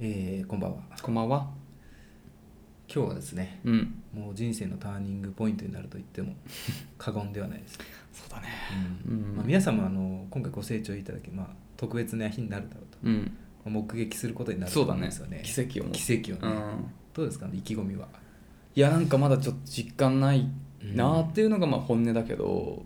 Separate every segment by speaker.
Speaker 1: えーこんばんは
Speaker 2: こんばんは。
Speaker 1: 今日はですね
Speaker 2: うん。
Speaker 1: もう人生のターニングポイントになると言って も過言ではないです、
Speaker 2: そうだね。
Speaker 1: うん
Speaker 2: うん
Speaker 1: まあ、皆様あの今回ご成長いただき、まあ、特別な日になるだろうと、
Speaker 2: うん。
Speaker 1: まあ目撃することになると
Speaker 2: そう
Speaker 1: 思
Speaker 2: だ
Speaker 1: うん
Speaker 2: ね
Speaker 1: ですよね。
Speaker 2: 奇跡をも。
Speaker 1: 奇跡をね、
Speaker 2: うん。
Speaker 1: どうですかね意気込みはい
Speaker 2: やなんかまだちょっと実感ないなー
Speaker 1: うん
Speaker 2: っていうのがまあ本音だけど。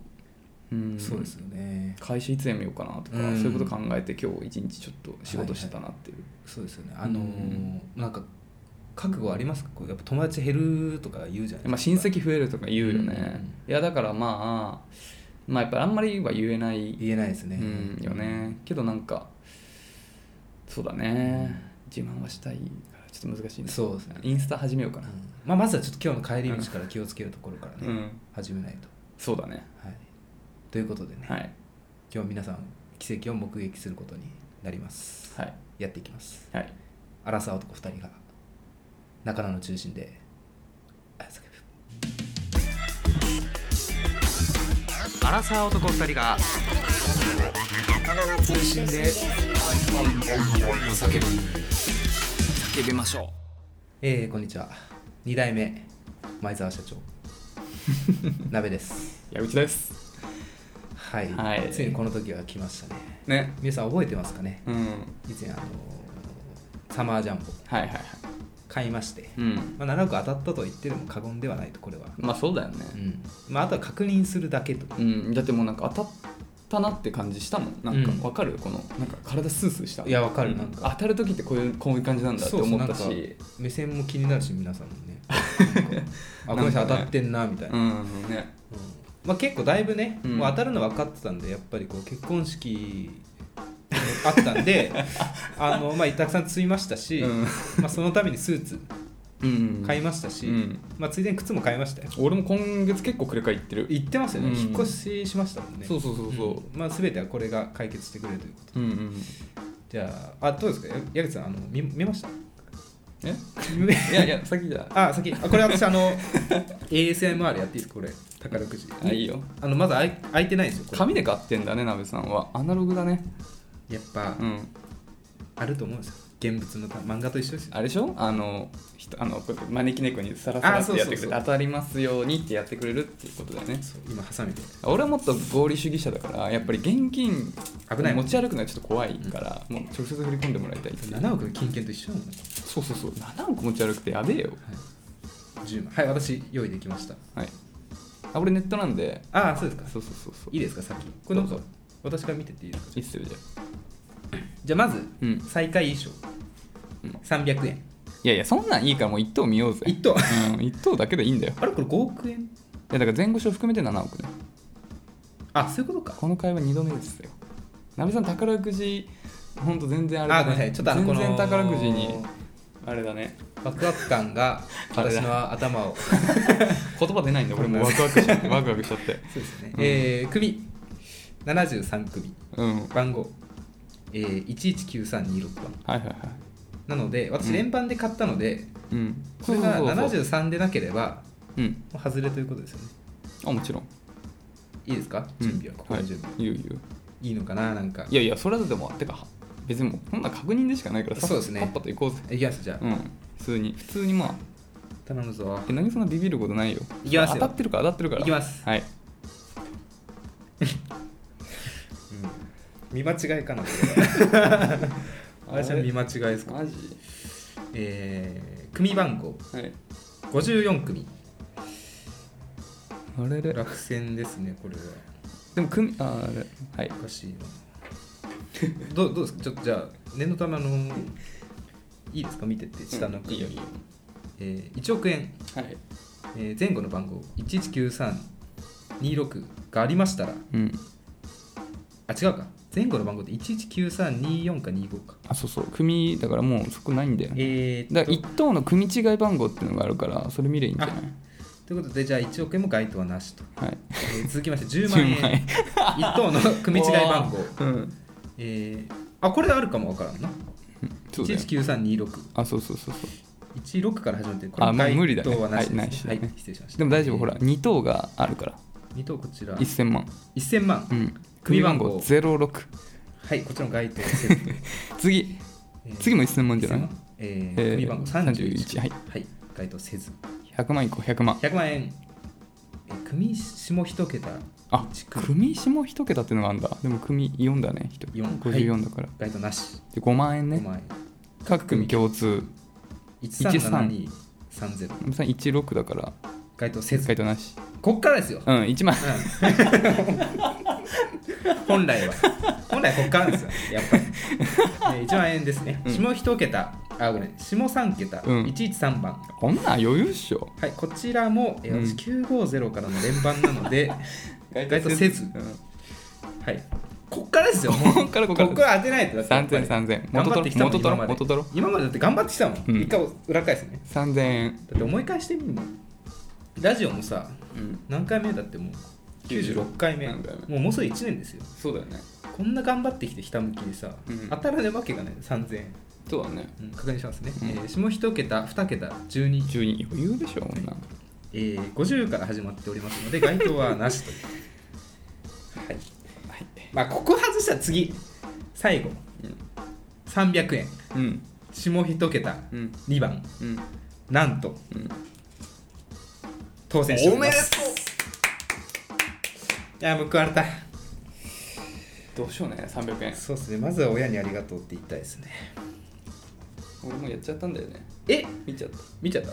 Speaker 2: うん。
Speaker 1: そうです。よね
Speaker 2: 開始いつやめようかなとか、
Speaker 1: うん
Speaker 2: そういうこと考えて今日一日ちょっと仕事してたなっていう。
Speaker 1: そうですよねあのー
Speaker 2: うん
Speaker 1: なんか覚悟ありますかこうやっぱ友達減るとか言うじゃないですか、
Speaker 2: まあ、親戚増えるとか言うよね、
Speaker 1: う
Speaker 2: いやだからまあまあやっぱりあんまりは言えない、
Speaker 1: 言えないですね、
Speaker 2: うん、よねけどなんかそうだね自慢はしたいからちょっと難しいね
Speaker 1: そうですね、
Speaker 2: インスタ始めよう
Speaker 1: う
Speaker 2: か
Speaker 1: ん
Speaker 2: な
Speaker 1: まあ、まずはちょっと今日の帰り道から気をつけるところからね、
Speaker 2: うん
Speaker 1: 始めないと、
Speaker 2: そうだね
Speaker 1: はい、ということでね、
Speaker 2: はい
Speaker 1: 今日皆さん奇跡を目撃することになります
Speaker 2: はい
Speaker 1: やっていきます
Speaker 2: はい
Speaker 1: 荒沢男2人が中野の中心であ叫ぶ
Speaker 2: アラサー男2人が中心で叫ぶ叫びましょ
Speaker 1: えー、こんにちは2代目前澤 社長鍋です
Speaker 2: う矢口です
Speaker 1: はい、
Speaker 2: はい
Speaker 1: ついにこの時は来ましたね
Speaker 2: ね
Speaker 1: 皆さん覚えてますかね
Speaker 2: うん
Speaker 1: 以前あのーサマージャンボ
Speaker 2: はいはいはい
Speaker 1: 買いまして、
Speaker 2: うん
Speaker 1: まあ、7億当たったと言ってるも過言ではないとこれは、
Speaker 2: まあそうだよね
Speaker 1: うんまあ、あとは確認するだけと
Speaker 2: うんだってもうなんか当たったなって感じしたもんなん
Speaker 1: うん
Speaker 2: かわかるこのなんか体スースーした
Speaker 1: いやわかる
Speaker 2: う
Speaker 1: なんか
Speaker 2: 当たる時ってこういうこういう感じなんだって
Speaker 1: そうそう
Speaker 2: 思った
Speaker 1: なんか
Speaker 2: し
Speaker 1: 目線も気になるし皆さんも ねなんかあこの人当たってんなみたいな、
Speaker 2: うんね
Speaker 1: うんまあ、結構だいぶね、
Speaker 2: うん
Speaker 1: もう当たるの分かってたんでやっぱりこう結婚式あったん であの、まあ、たくさん積みましたし、
Speaker 2: うん
Speaker 1: まあ、そのためにスーツ
Speaker 2: うん
Speaker 1: 買いましたし、
Speaker 2: うん
Speaker 1: まあ、ついでに靴も買いましたよ
Speaker 2: 俺も今月結構くれか行ってる
Speaker 1: 行ってますよね、
Speaker 2: うん
Speaker 1: 引っ越ししましたもんね
Speaker 2: そうそうそうそう
Speaker 1: うんまあ、全てはこれが解決してくれるということ
Speaker 2: うんうん
Speaker 1: じゃああどうですかや矢口さんあの見見ました
Speaker 2: えいやいや先じゃ
Speaker 1: あ先あこれ私あ の ASMR やっていいですかこれ宝くじ
Speaker 2: あいいよ
Speaker 1: あのまだあい開いてないんですよこれ
Speaker 2: 紙で買ってんだね鍋さんはアナログだね
Speaker 1: やっぱ、
Speaker 2: うん
Speaker 1: あると思うんですよ現物のた漫画と一緒ですよ
Speaker 2: あれでしょあの人あのこうやって招き猫にサラサラ
Speaker 1: あ
Speaker 2: っ
Speaker 1: そう
Speaker 2: て
Speaker 1: そう
Speaker 2: や
Speaker 1: そう
Speaker 2: ってくれて当たりますようにってやってくれるっていうことだよね
Speaker 1: そう今ハサミで
Speaker 2: 俺はもっと合理主義者だからやっぱり現金
Speaker 1: 危ない
Speaker 2: 持ち歩くのはちょっと怖いから、もう直接振り込んでもらいたいっていう
Speaker 1: 7億の金券と一緒なのね、
Speaker 2: そうそうそう7億持ち歩くってやべえよ
Speaker 1: はい、10万はい私用意できました
Speaker 2: はいあ俺ネットなんで
Speaker 1: ああそうですか
Speaker 2: そうそうそうそう
Speaker 1: いいですか先これなんか
Speaker 2: どうぞ
Speaker 1: 私から見てっていいですか
Speaker 2: いいっすよじゃあ
Speaker 1: じゃあまず、
Speaker 2: うん
Speaker 1: 最下位衣装
Speaker 2: うん
Speaker 1: 300円
Speaker 2: いやいやそんなんいいからもう1等見ようぜ
Speaker 1: 1等
Speaker 2: うん、1等だけでいいんだよい
Speaker 1: あれこれ5億円
Speaker 2: やだから前後賞含めて7億ね
Speaker 1: あそういうことか
Speaker 2: この会話2度目ですよ。なべさん、宝くじ、ほんと全然あれ
Speaker 1: あ
Speaker 2: だ
Speaker 1: ごめんなさ
Speaker 2: ね。
Speaker 1: いちょっとあのこの
Speaker 2: 全然宝くじに、あれだね。
Speaker 1: ワクワク感が
Speaker 2: あれだ
Speaker 1: 私の頭 を
Speaker 2: 言葉出ないんだよ、俺もうワクワクしちゃ って、ワクワクしちゃって。
Speaker 1: そうですね、
Speaker 2: うん
Speaker 1: えー、首73首
Speaker 2: うん。はい
Speaker 1: 番号、えー、119326番
Speaker 2: はいはい。
Speaker 1: なので私
Speaker 2: うん
Speaker 1: 連番で買ったので、
Speaker 2: うん。
Speaker 1: これが
Speaker 2: そうそうそうそう。
Speaker 1: 73でなければ
Speaker 2: うん。
Speaker 1: もう外れということですよね
Speaker 2: あ、もちろん。
Speaker 1: いいですか
Speaker 2: うん
Speaker 1: 準備はここの準備、
Speaker 2: はい、言う言う。
Speaker 1: い、いのかななんか
Speaker 2: いやいや、それはでも、てか、別にもう、こんな確認でしかないから、さっ
Speaker 1: そうですね
Speaker 2: パッパと行こうぜ。
Speaker 1: いきますじゃあ、
Speaker 2: うん。普通に、普通にまあ、
Speaker 1: 頼むぞ
Speaker 2: え何そんなビビることないよ。
Speaker 1: いきますよ
Speaker 2: 当たってるから、当たってるから。
Speaker 1: いきます
Speaker 2: はい。
Speaker 1: 見間違いかなこれは 私は見間違いですか
Speaker 2: マジ
Speaker 1: えー、組番号
Speaker 2: はい。
Speaker 1: 54組
Speaker 2: あれれ。
Speaker 1: 落選ですねこれは
Speaker 2: でも、組、ああれ。はい。
Speaker 1: おかしいなどうどうですかちょっとじゃあ念のためあのいいですか見てって下の
Speaker 2: うんい
Speaker 1: 組、
Speaker 2: いよいいよ。
Speaker 1: えー、1億円
Speaker 2: はい。
Speaker 1: えー前後の番号119326がありましたら
Speaker 2: うん。
Speaker 1: あ違うか前後の番号って119324か25か
Speaker 2: あ、そうそう。組、だからもうそこないんだよ。
Speaker 1: えー、
Speaker 2: だ
Speaker 1: っ
Speaker 2: か
Speaker 1: と
Speaker 2: ら1等の組違い番号っていうのがあるから、それ見ればいいんじゃない
Speaker 1: ということでじゃあ1億円も該当はなしと、
Speaker 2: はい。
Speaker 1: えー続きまして10万円
Speaker 2: 10万円
Speaker 1: 1等の組違い番号
Speaker 2: うん。
Speaker 1: えー、あこれあるかもわからんな
Speaker 2: そうだよ。
Speaker 1: 11932616
Speaker 2: あ、そうそうそうそう。
Speaker 1: から始まってる
Speaker 2: あもう無理だね
Speaker 1: 該当はなしです、
Speaker 2: はいないし
Speaker 1: は
Speaker 2: だ
Speaker 1: い
Speaker 2: ね
Speaker 1: 失礼しました
Speaker 2: でも大丈夫、ほら、2等があるから。
Speaker 1: 2等こちら
Speaker 2: 1000万。
Speaker 1: 1000万、
Speaker 2: うん。
Speaker 1: 組
Speaker 2: 組
Speaker 1: 番
Speaker 2: 番
Speaker 1: 号
Speaker 2: 号06。
Speaker 1: はいこちらの該当セット
Speaker 2: 次、次も1000万じゃない
Speaker 1: 1000えー、
Speaker 2: えー
Speaker 1: 組番号
Speaker 2: 31
Speaker 1: 31
Speaker 2: はい
Speaker 1: はい該当せず
Speaker 2: 100万いこう100万
Speaker 1: 100万円えー組下一桁
Speaker 2: あ
Speaker 1: 1組
Speaker 2: 組下一桁っていうのがあるんだでも組4だね人
Speaker 1: 四
Speaker 2: 54だから、
Speaker 1: 該当なし
Speaker 2: で5万円
Speaker 1: 5
Speaker 2: ね
Speaker 1: 万円
Speaker 2: 各組共通
Speaker 1: 137230
Speaker 2: さん16だから
Speaker 1: 該当せず
Speaker 2: 回答なし
Speaker 1: こっからですよ、
Speaker 2: うん1万
Speaker 1: うん本来は本来こっからですよやっぱり、ね、1万円ですね、
Speaker 2: うん
Speaker 1: 下一桁あごめん下3桁、
Speaker 2: うん
Speaker 1: 113番
Speaker 2: こんなん余裕っしょ
Speaker 1: はい、こちらも、えー
Speaker 2: うん
Speaker 1: 私950からの連番なので、該当せずはい、こっからですよ、もう
Speaker 2: こっからこっから
Speaker 1: こっから当てないと、だってやっぱり
Speaker 2: 3000 3000
Speaker 1: 頑張ってきたもん
Speaker 2: 元
Speaker 1: 今まで
Speaker 2: 取ろ元取ろ
Speaker 1: 今までだって頑張ってきたもん、
Speaker 2: うん
Speaker 1: 一回裏返すね。
Speaker 2: 3000円
Speaker 1: だって思い返してみるもん。ラジオもさ、何回目だってもう96回目、
Speaker 2: なんだよね
Speaker 1: もうもうすぐ1年ですよ。
Speaker 2: そうだよね
Speaker 1: こんな頑張ってきてひたむきにさ、
Speaker 2: うん
Speaker 1: 当たらないわけがない、3000円。
Speaker 2: そうだね
Speaker 1: うん確認しますね、
Speaker 2: うん
Speaker 1: えー下1桁、2桁、12、
Speaker 2: 12余裕でしょこんなん
Speaker 1: えー、50から始まっておりますので、該当はなしという。はい
Speaker 2: はい
Speaker 1: まあここ外したら次最後300円
Speaker 2: うん
Speaker 1: 下一桁
Speaker 2: うん
Speaker 1: 2番
Speaker 2: うん
Speaker 1: なんと
Speaker 2: うん
Speaker 1: 当選しておりますいや報われた
Speaker 2: どうしようね300円
Speaker 1: そうですねまずは親にありがとうって言いたいですね
Speaker 2: 俺もやっちゃったんだよね
Speaker 1: え
Speaker 2: 見ちゃった
Speaker 1: 見ちゃった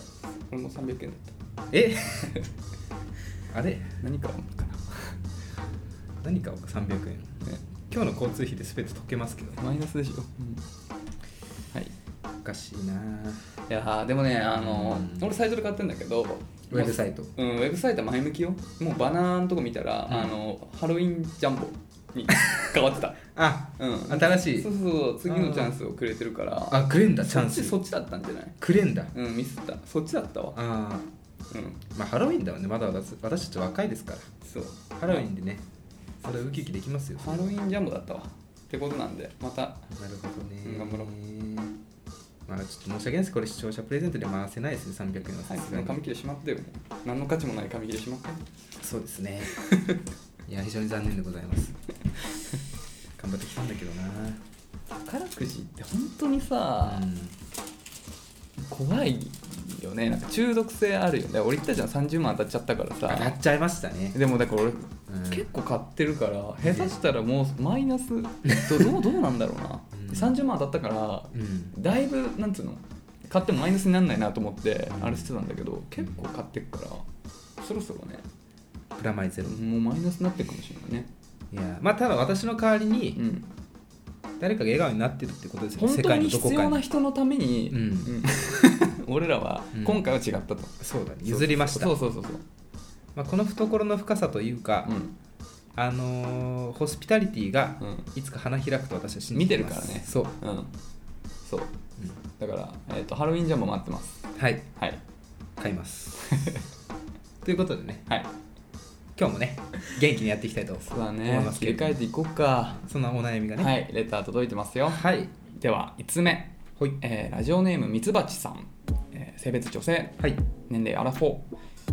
Speaker 2: 俺も300円だっ
Speaker 1: え あれ
Speaker 2: た何かあるのか
Speaker 1: 何か300円
Speaker 2: な、ね、
Speaker 1: 今日の交通費で全て溶けますけど
Speaker 2: マイナスでしょ、はい
Speaker 1: おかしいなぁ
Speaker 2: いやーでもねあの
Speaker 1: うん
Speaker 2: 俺サイトで買ってんだけど
Speaker 1: ウェブサイト
Speaker 2: うん、ウェブサイトは前向きよもうバナーのとこ見たら、
Speaker 1: うん
Speaker 2: あのハロウィンジャンボに変わって た、
Speaker 1: あ
Speaker 2: うん、
Speaker 1: 新しい
Speaker 2: そうそうそう次のチャンスをくれてるから
Speaker 1: あくれんだチャン
Speaker 2: そ
Speaker 1: ス
Speaker 2: っちそっちだったんじゃない
Speaker 1: くれんだ
Speaker 2: うんミスったそっちだったわ
Speaker 1: ああ
Speaker 2: うん
Speaker 1: まあハロウィンだよねまだ私私たち若いですから
Speaker 2: そう
Speaker 1: ハロウィンでね、それウキウキできますよ。
Speaker 2: ハロウィンジャンボだったわってことなんでまた
Speaker 1: なるほど
Speaker 2: う
Speaker 1: ね。
Speaker 2: ん頑張ろう
Speaker 1: まあちょっと申し訳ないです。これ視聴者プレゼントで回せないですね、300円はさ
Speaker 2: 最
Speaker 1: す
Speaker 2: 近
Speaker 1: が
Speaker 2: の
Speaker 1: に。
Speaker 2: 紙切れしまってよもう何の価値もない紙切れしまって
Speaker 1: そうですね。 いや、非常に残念でございます。頑張ってきたんだけどな。
Speaker 2: 宝くじって本当にさ、怖いよねなんか中毒性あるよね俺言ったじゃん30万当たっちゃったから
Speaker 1: うん、や
Speaker 2: さ
Speaker 1: っちゃいましたね。
Speaker 2: でもだから俺
Speaker 1: うん
Speaker 2: 結構買ってるから下手したらもうマイナスどどうどうなんだろうな
Speaker 1: うん
Speaker 2: 30万当たったから
Speaker 1: うん。
Speaker 2: だいぶなんつうの買ってもマイナスにならないなと思って
Speaker 1: うん
Speaker 2: あれしてたんだけど結構買ってっからそろそろね
Speaker 1: プラマイゼロ。
Speaker 2: もうマイナスになってるかもしれないね
Speaker 1: いや、まあただ私の代わり
Speaker 2: う
Speaker 1: に、
Speaker 2: ん
Speaker 1: 誰かが笑顔になってるってことですよ、
Speaker 2: 本
Speaker 1: 世
Speaker 2: 当
Speaker 1: 界
Speaker 2: に
Speaker 1: のどこ
Speaker 2: 必
Speaker 1: か
Speaker 2: 要な
Speaker 1: に。
Speaker 2: 人のために
Speaker 1: うん
Speaker 2: うん俺らは
Speaker 1: うん
Speaker 2: 今回は違ったと
Speaker 1: そうだね、譲りました。
Speaker 2: そうそうそうそう
Speaker 1: まあ、この懐の深さというか、
Speaker 2: うん
Speaker 1: あのーホスピタリティが
Speaker 2: うん
Speaker 1: いつか花開くと私は信
Speaker 2: 見
Speaker 1: じ
Speaker 2: て
Speaker 1: て
Speaker 2: る
Speaker 1: ま
Speaker 2: から
Speaker 1: す
Speaker 2: ね
Speaker 1: そう、
Speaker 2: うんそうだから、えー、とハロウィンジャンボ待ってます
Speaker 1: うんはい
Speaker 2: はい
Speaker 1: 買います ということでね
Speaker 2: はい
Speaker 1: 今日もね元気にやっていきたいと
Speaker 2: そうだ
Speaker 1: 思い
Speaker 2: ね
Speaker 1: ます
Speaker 2: 切
Speaker 1: けれども
Speaker 2: り替えていこうか
Speaker 1: そんなお悩みがね
Speaker 2: はいレター届いてますよ
Speaker 1: はい
Speaker 2: では5つ目、
Speaker 1: ほい
Speaker 2: えーラジオネームみつばちさん、えー性別女性
Speaker 1: はい
Speaker 2: 年齢アラフォー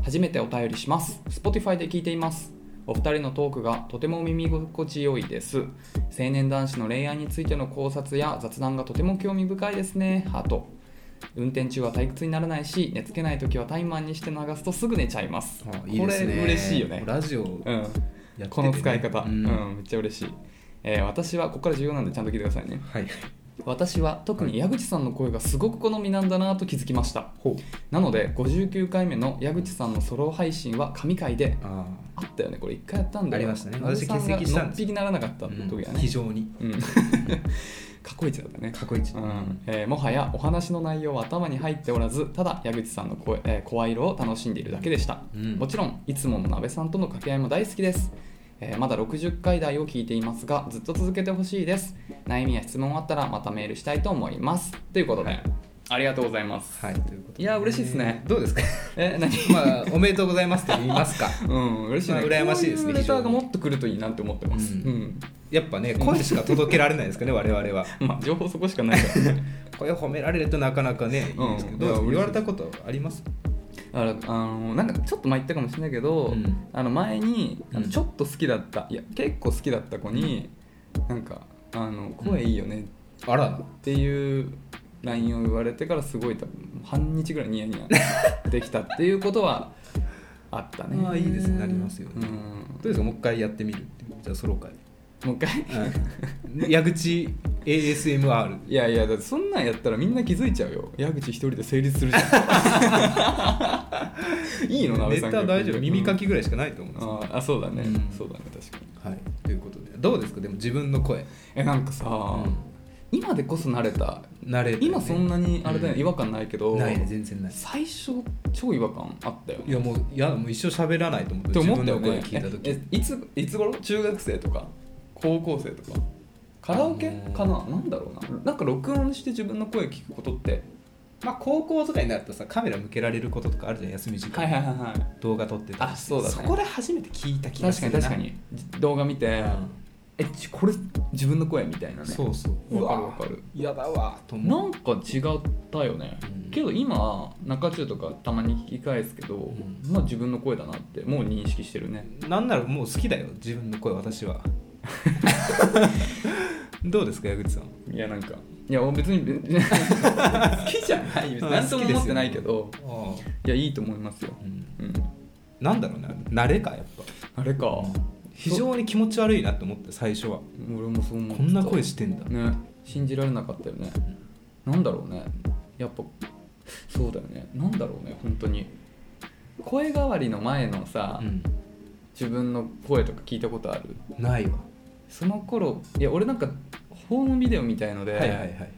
Speaker 2: 初めてお便りします Spotify で聞いていますお二人のトークがとても耳心地よいです青年男子の恋愛についての考察や雑談がとても興味深いですねハート運転中は退屈にならないし寝つけない時はタイマーにして流すとすぐ寝ちゃいます
Speaker 1: あいいですね
Speaker 2: これ嬉しいよね
Speaker 1: ラジオやって
Speaker 2: うん
Speaker 1: てね
Speaker 2: この使い方、
Speaker 1: う
Speaker 2: う
Speaker 1: ん
Speaker 2: んめっちゃ嬉しい、えー私はここから重要なんでちゃんと聞いてくださいね
Speaker 1: はい
Speaker 2: 私は特に矢口さんの声がすごく好みなんだなと気づきました
Speaker 1: ほう
Speaker 2: なので59回目の矢口さんのソロ配信は神回で
Speaker 1: あ
Speaker 2: あったよねこれ一回やったんだよ
Speaker 1: ありましたね
Speaker 2: 矢口さん
Speaker 1: 私欠席した
Speaker 2: が
Speaker 1: ん
Speaker 2: の
Speaker 1: です
Speaker 2: っぴきならなかった
Speaker 1: あ、
Speaker 2: 時は
Speaker 1: 非
Speaker 2: ね、
Speaker 1: 常に
Speaker 2: うん 過去一だったね
Speaker 1: 過去一
Speaker 2: うんえーもはやお話の内容は頭に入っておらずただ矢口さんの声、えー声色を楽しんでいるだけでした、
Speaker 1: うん
Speaker 2: もちろんいつもの鍋さんとの掛け合いも大好きです、えーまだ60回台を聞いていますがずっと続けてほしいです悩みや質問あったらまたメールしたいと思いますということで、
Speaker 1: はい
Speaker 2: ありがとうございます
Speaker 1: はいということで
Speaker 2: いや嬉しいですね
Speaker 1: どうですか
Speaker 2: え 何
Speaker 1: まあおめでとうございますって言いますか
Speaker 2: うん嬉しいね、
Speaker 1: まあ羨ましいですね
Speaker 2: こういうレター
Speaker 1: 非常
Speaker 2: が
Speaker 1: に
Speaker 2: もっと来るといいなって思ってます、う
Speaker 1: うんやっぱね声しか届けられないですかね我々は
Speaker 2: まあ情報そこしかないからね
Speaker 1: 声褒められるとなかなかねいいですけど、
Speaker 2: うん
Speaker 1: どうですか
Speaker 2: いや嬉しい
Speaker 1: 言われたことあります
Speaker 2: あのあのなんかちょっと前言ったかもしれないけど、
Speaker 1: うん
Speaker 2: あの前にあの
Speaker 1: うん
Speaker 2: ちょっと好きだった、いや結構好きだった子に、なんかあの「声いいよね」
Speaker 1: あら
Speaker 2: っていう LINE を言われてからすごい多分半日ぐらいニヤニヤできたっていうことはあったね
Speaker 1: まあいいですねなりますよね
Speaker 2: うん
Speaker 1: うですかもう一回やってみるっていうじゃあソロ会、
Speaker 2: もう一回
Speaker 1: はい、 矢口 ASMR
Speaker 2: いやいやだってそんなんやったらみんな気づいちゃうよ矢口一人で成立するじゃ んいいのなべ
Speaker 1: ネ
Speaker 2: さん
Speaker 1: タ大丈夫耳か
Speaker 2: き
Speaker 1: きぐらいしかないと思うんですよ、
Speaker 2: あーあそうだね、
Speaker 1: うん
Speaker 2: そうだね確かに
Speaker 1: はいということでどうですかでも自分の声
Speaker 2: えなんかさ、今でこそ慣れた
Speaker 1: 慣れてね
Speaker 2: 今そんなにあれだよね、
Speaker 1: うん
Speaker 2: 違和感ないけど
Speaker 1: ないね全然ない
Speaker 2: 最初超違和感あったよね
Speaker 1: いやもういやもう一生喋らないと思って
Speaker 2: って思ったよね
Speaker 1: 自分の声聞いた
Speaker 2: え
Speaker 1: 時
Speaker 2: えいついつ頃中学生とか高校生とかカラオケかな、なんだろうななんか録音して自分の声聞くことって
Speaker 1: まあ高校とかになるとさカメラ向けられることとかあるじゃん休み時間、
Speaker 2: はいはいはいはい
Speaker 1: 動画撮ってたり
Speaker 2: あそうだね
Speaker 1: そこで初めて聞いた気がす
Speaker 2: 確か
Speaker 1: る
Speaker 2: に
Speaker 1: な
Speaker 2: 確かにじ動画見て、えちこれ自分の声みたいなね
Speaker 1: そうそう
Speaker 2: わかるわかる
Speaker 1: 嫌だわと
Speaker 2: な
Speaker 1: 思うん
Speaker 2: か違ったよね、
Speaker 1: うん
Speaker 2: けど今中中とかたまに聞き返すけど、
Speaker 1: ん
Speaker 2: まあ自分の声だなってもう認識してるね
Speaker 1: なんならもう好きだよ自分の声私 はどうですか矢口さん
Speaker 2: いやなんかいや別に 好きじゃない
Speaker 1: うん
Speaker 2: 何とも
Speaker 1: 好きですよ
Speaker 2: 思ってないけど
Speaker 1: あ
Speaker 2: いやいいと思いますよ、
Speaker 1: うん
Speaker 2: うん、
Speaker 1: なんだろうね慣れかやっぱ
Speaker 2: あれか
Speaker 1: 非常に気持ち悪いなって思って最初は
Speaker 2: 俺もそう思って
Speaker 1: こんな声してんだ
Speaker 2: ね信じられなかったよねなんだろうねやっぱそうだよねなんだろうね本当に声変わりの前のさ、
Speaker 1: うん
Speaker 2: 自分の声とか聞いたことある
Speaker 1: ないわ
Speaker 2: その頃いや俺なんかホームビデオみたいので、
Speaker 1: はいはいはい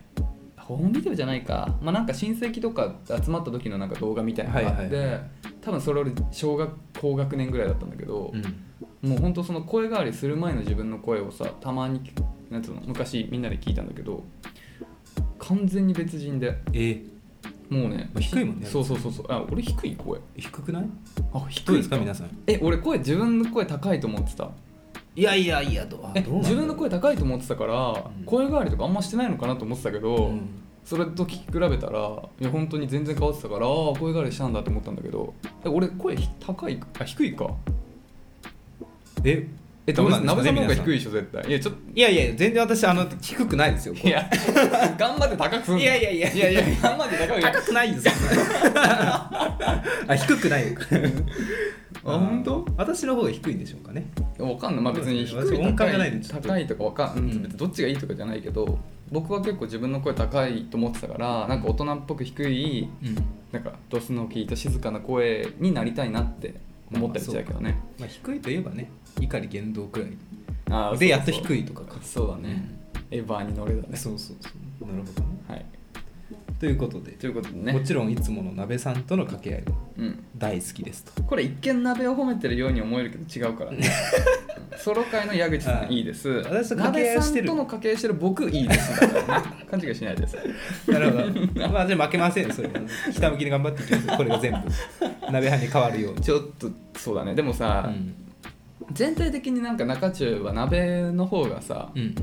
Speaker 2: ホームビデオじゃないかまあなんか親戚とか集まった時のなんか動画みたいなのがあって、
Speaker 1: はいはい
Speaker 2: 多分それ俺小学高学年ぐらいだったんだけど、もうほんとその声変わりする前の自分の声をさたまになんつうの昔みんなで聞いたんだけど完全に別人で
Speaker 1: えー
Speaker 2: もうね
Speaker 1: 低いもんね
Speaker 2: そうそうそうそうあ俺低い声
Speaker 1: 低くない
Speaker 2: あ低い
Speaker 1: どうですか皆さん
Speaker 2: え俺声自分の声高いと思ってた
Speaker 1: いやいやいやどう
Speaker 2: え自分の声高いと思ってたから、
Speaker 1: うん
Speaker 2: 声変わりとかあんましてないのかなと思ってたけど、それと聞き比べたらいや本当に全然変わってたからあー声変わりしたんだと思ったんだけどえ俺声ひ高いあ低いか
Speaker 1: え
Speaker 2: え
Speaker 1: ど
Speaker 2: ダ
Speaker 1: う
Speaker 2: メ
Speaker 1: な
Speaker 2: で
Speaker 1: んで
Speaker 2: す
Speaker 1: すかね
Speaker 2: なべさんの方が低いでしょ絶対いやちょっと
Speaker 1: いやいや全然私あの低くないですよ
Speaker 2: いや頑張って高くすんの
Speaker 1: いやいやいや
Speaker 2: いやいや頑張って高い
Speaker 1: 高くないですよあ低くないよ
Speaker 2: あ本当
Speaker 1: 私の方が低いんでしょうかね
Speaker 2: わかんないまあ別に低い
Speaker 1: 私音
Speaker 2: 高
Speaker 1: 感がない
Speaker 2: い
Speaker 1: んでちょっと
Speaker 2: 高いとかわかん、
Speaker 1: うん
Speaker 2: 別にどっちがいいとかじゃないけど僕は結構自分の声高いと思ってたからなんか大人っぽく低い
Speaker 1: うん
Speaker 2: なんかドスの効いた静かな声になりたいなって思ったりしたけどね、
Speaker 1: まあ低いといえばね碇言動くらい
Speaker 2: あー
Speaker 1: で
Speaker 2: そう
Speaker 1: やっと低いとかか
Speaker 2: そうだね、エヴァーに乗れだね
Speaker 1: そうそうそうなるほどね
Speaker 2: はい
Speaker 1: ということで
Speaker 2: ということで
Speaker 1: も
Speaker 2: ね、
Speaker 1: ちろんいつもの鍋さんとの掛け合いも
Speaker 2: うん、
Speaker 1: 大好きですと
Speaker 2: これ一見鍋を褒めてるように思えるけど違うからねうんソロ界の矢口さ
Speaker 1: は
Speaker 2: ん
Speaker 1: い
Speaker 2: いいです
Speaker 1: 私と掛け合い
Speaker 2: 鍋
Speaker 1: を
Speaker 2: さ
Speaker 1: して
Speaker 2: ん
Speaker 1: る
Speaker 2: との掛け合いしてる僕いいですだからね勘違いしないです
Speaker 1: なるほ どまあじゃあ負けませんそれひたむきに頑張っていきますこれが全部鍋派に変わるように
Speaker 2: ちょっとそうだねでもさ、全体的になんか中中は鍋の方がさ、
Speaker 1: うん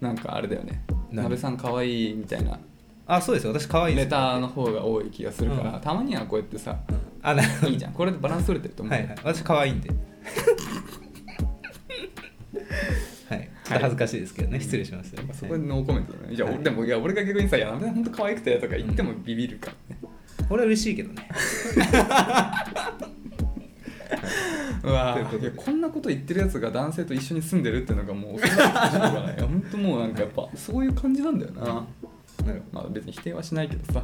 Speaker 2: なんかあれだよね
Speaker 1: 何
Speaker 2: 鍋さん可愛いみたいな
Speaker 1: あそうですよ私可愛いです
Speaker 2: ネタの方が多い気がするから、
Speaker 1: うん
Speaker 2: たまにはこうやってさ
Speaker 1: あなるほ
Speaker 2: いいじゃんこれでバランス取れてると
Speaker 1: ど
Speaker 2: 思う、
Speaker 1: はいはい私可愛いんで はいちょっと恥ずかしいですけどね失礼しました
Speaker 2: そこでノーコメントだねじゃあ、
Speaker 1: はい
Speaker 2: でもいや俺が逆にさ「いや鍋さん本当可愛くて」とか言ってもビビるからね、
Speaker 1: 俺は嬉しいけどね
Speaker 2: うわ
Speaker 1: ということ
Speaker 2: ーい
Speaker 1: で
Speaker 2: やこんなこと言ってるやつが男性と一緒に住んでるっていうのがもう恐ろしいからねいや本当もうなんかやっぱそういう感じなんだよな
Speaker 1: なる
Speaker 2: まあ別に否定はしないけどさ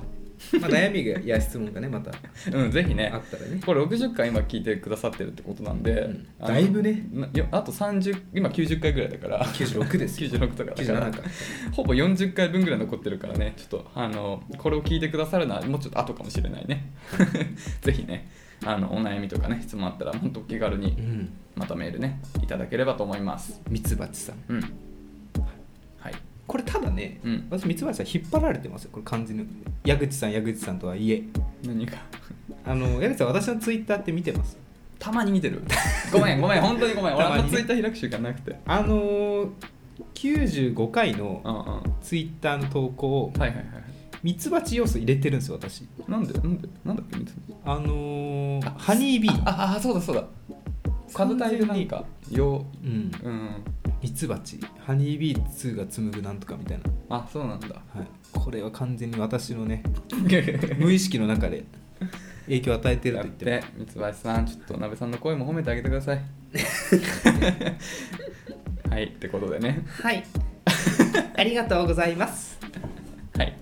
Speaker 1: ほど、まあ、悩みがいや質問がねまた
Speaker 2: うんぜひね
Speaker 1: あったらね
Speaker 2: これ60回今聞いてくださってるってことなんで、
Speaker 1: うん
Speaker 2: あの
Speaker 1: だいぶね
Speaker 2: ないやあと30今90回ぐらいだから
Speaker 1: 96ですよ
Speaker 2: 96とかだか
Speaker 1: 97
Speaker 2: ら
Speaker 1: か
Speaker 2: ほぼ40回分ぐらい残ってるからねちょっとあのこれを聞いてくださるのはもうちょっと後かもしれないね ぜひねあのお悩みとかね質問あったら本当お気軽に
Speaker 1: うん
Speaker 2: またメールねいただければと思います
Speaker 1: ミツバチさん
Speaker 2: うんはい
Speaker 1: これただね、
Speaker 2: うん
Speaker 1: 私ミツバチさん引っ張られてますよこれ完全に矢口さん矢口さんとはいえ
Speaker 2: 何か
Speaker 1: あの矢口さん私のツイッターって見てます
Speaker 2: たまに見てる ごめんごめん本当にごめん俺
Speaker 1: たま
Speaker 2: あ
Speaker 1: に
Speaker 2: んまツイッター開く習慣なくて
Speaker 1: あのー、95回の
Speaker 2: うんうんは
Speaker 1: ツイッターの投稿を
Speaker 2: いはいはい
Speaker 1: ミツバチ要素入れてるんですよ私
Speaker 2: なんでなんでなんだっけ見てる
Speaker 1: あのー、ハニービー
Speaker 2: ああそうだそうだカズタイでなんかよ
Speaker 1: うん
Speaker 2: うん
Speaker 1: ミツバチハニービーツが紡ぐなんとかみたいな、
Speaker 2: あそうなんだ
Speaker 1: はい、これは完全に私の ね無意識の中で影響を与えてる
Speaker 2: だ
Speaker 1: と
Speaker 2: っ
Speaker 1: 言って
Speaker 2: て三橋さんちょっと鍋さんの声も褒めてあげてく ださいはいってことでね
Speaker 1: もはい ありがとうございます
Speaker 2: はい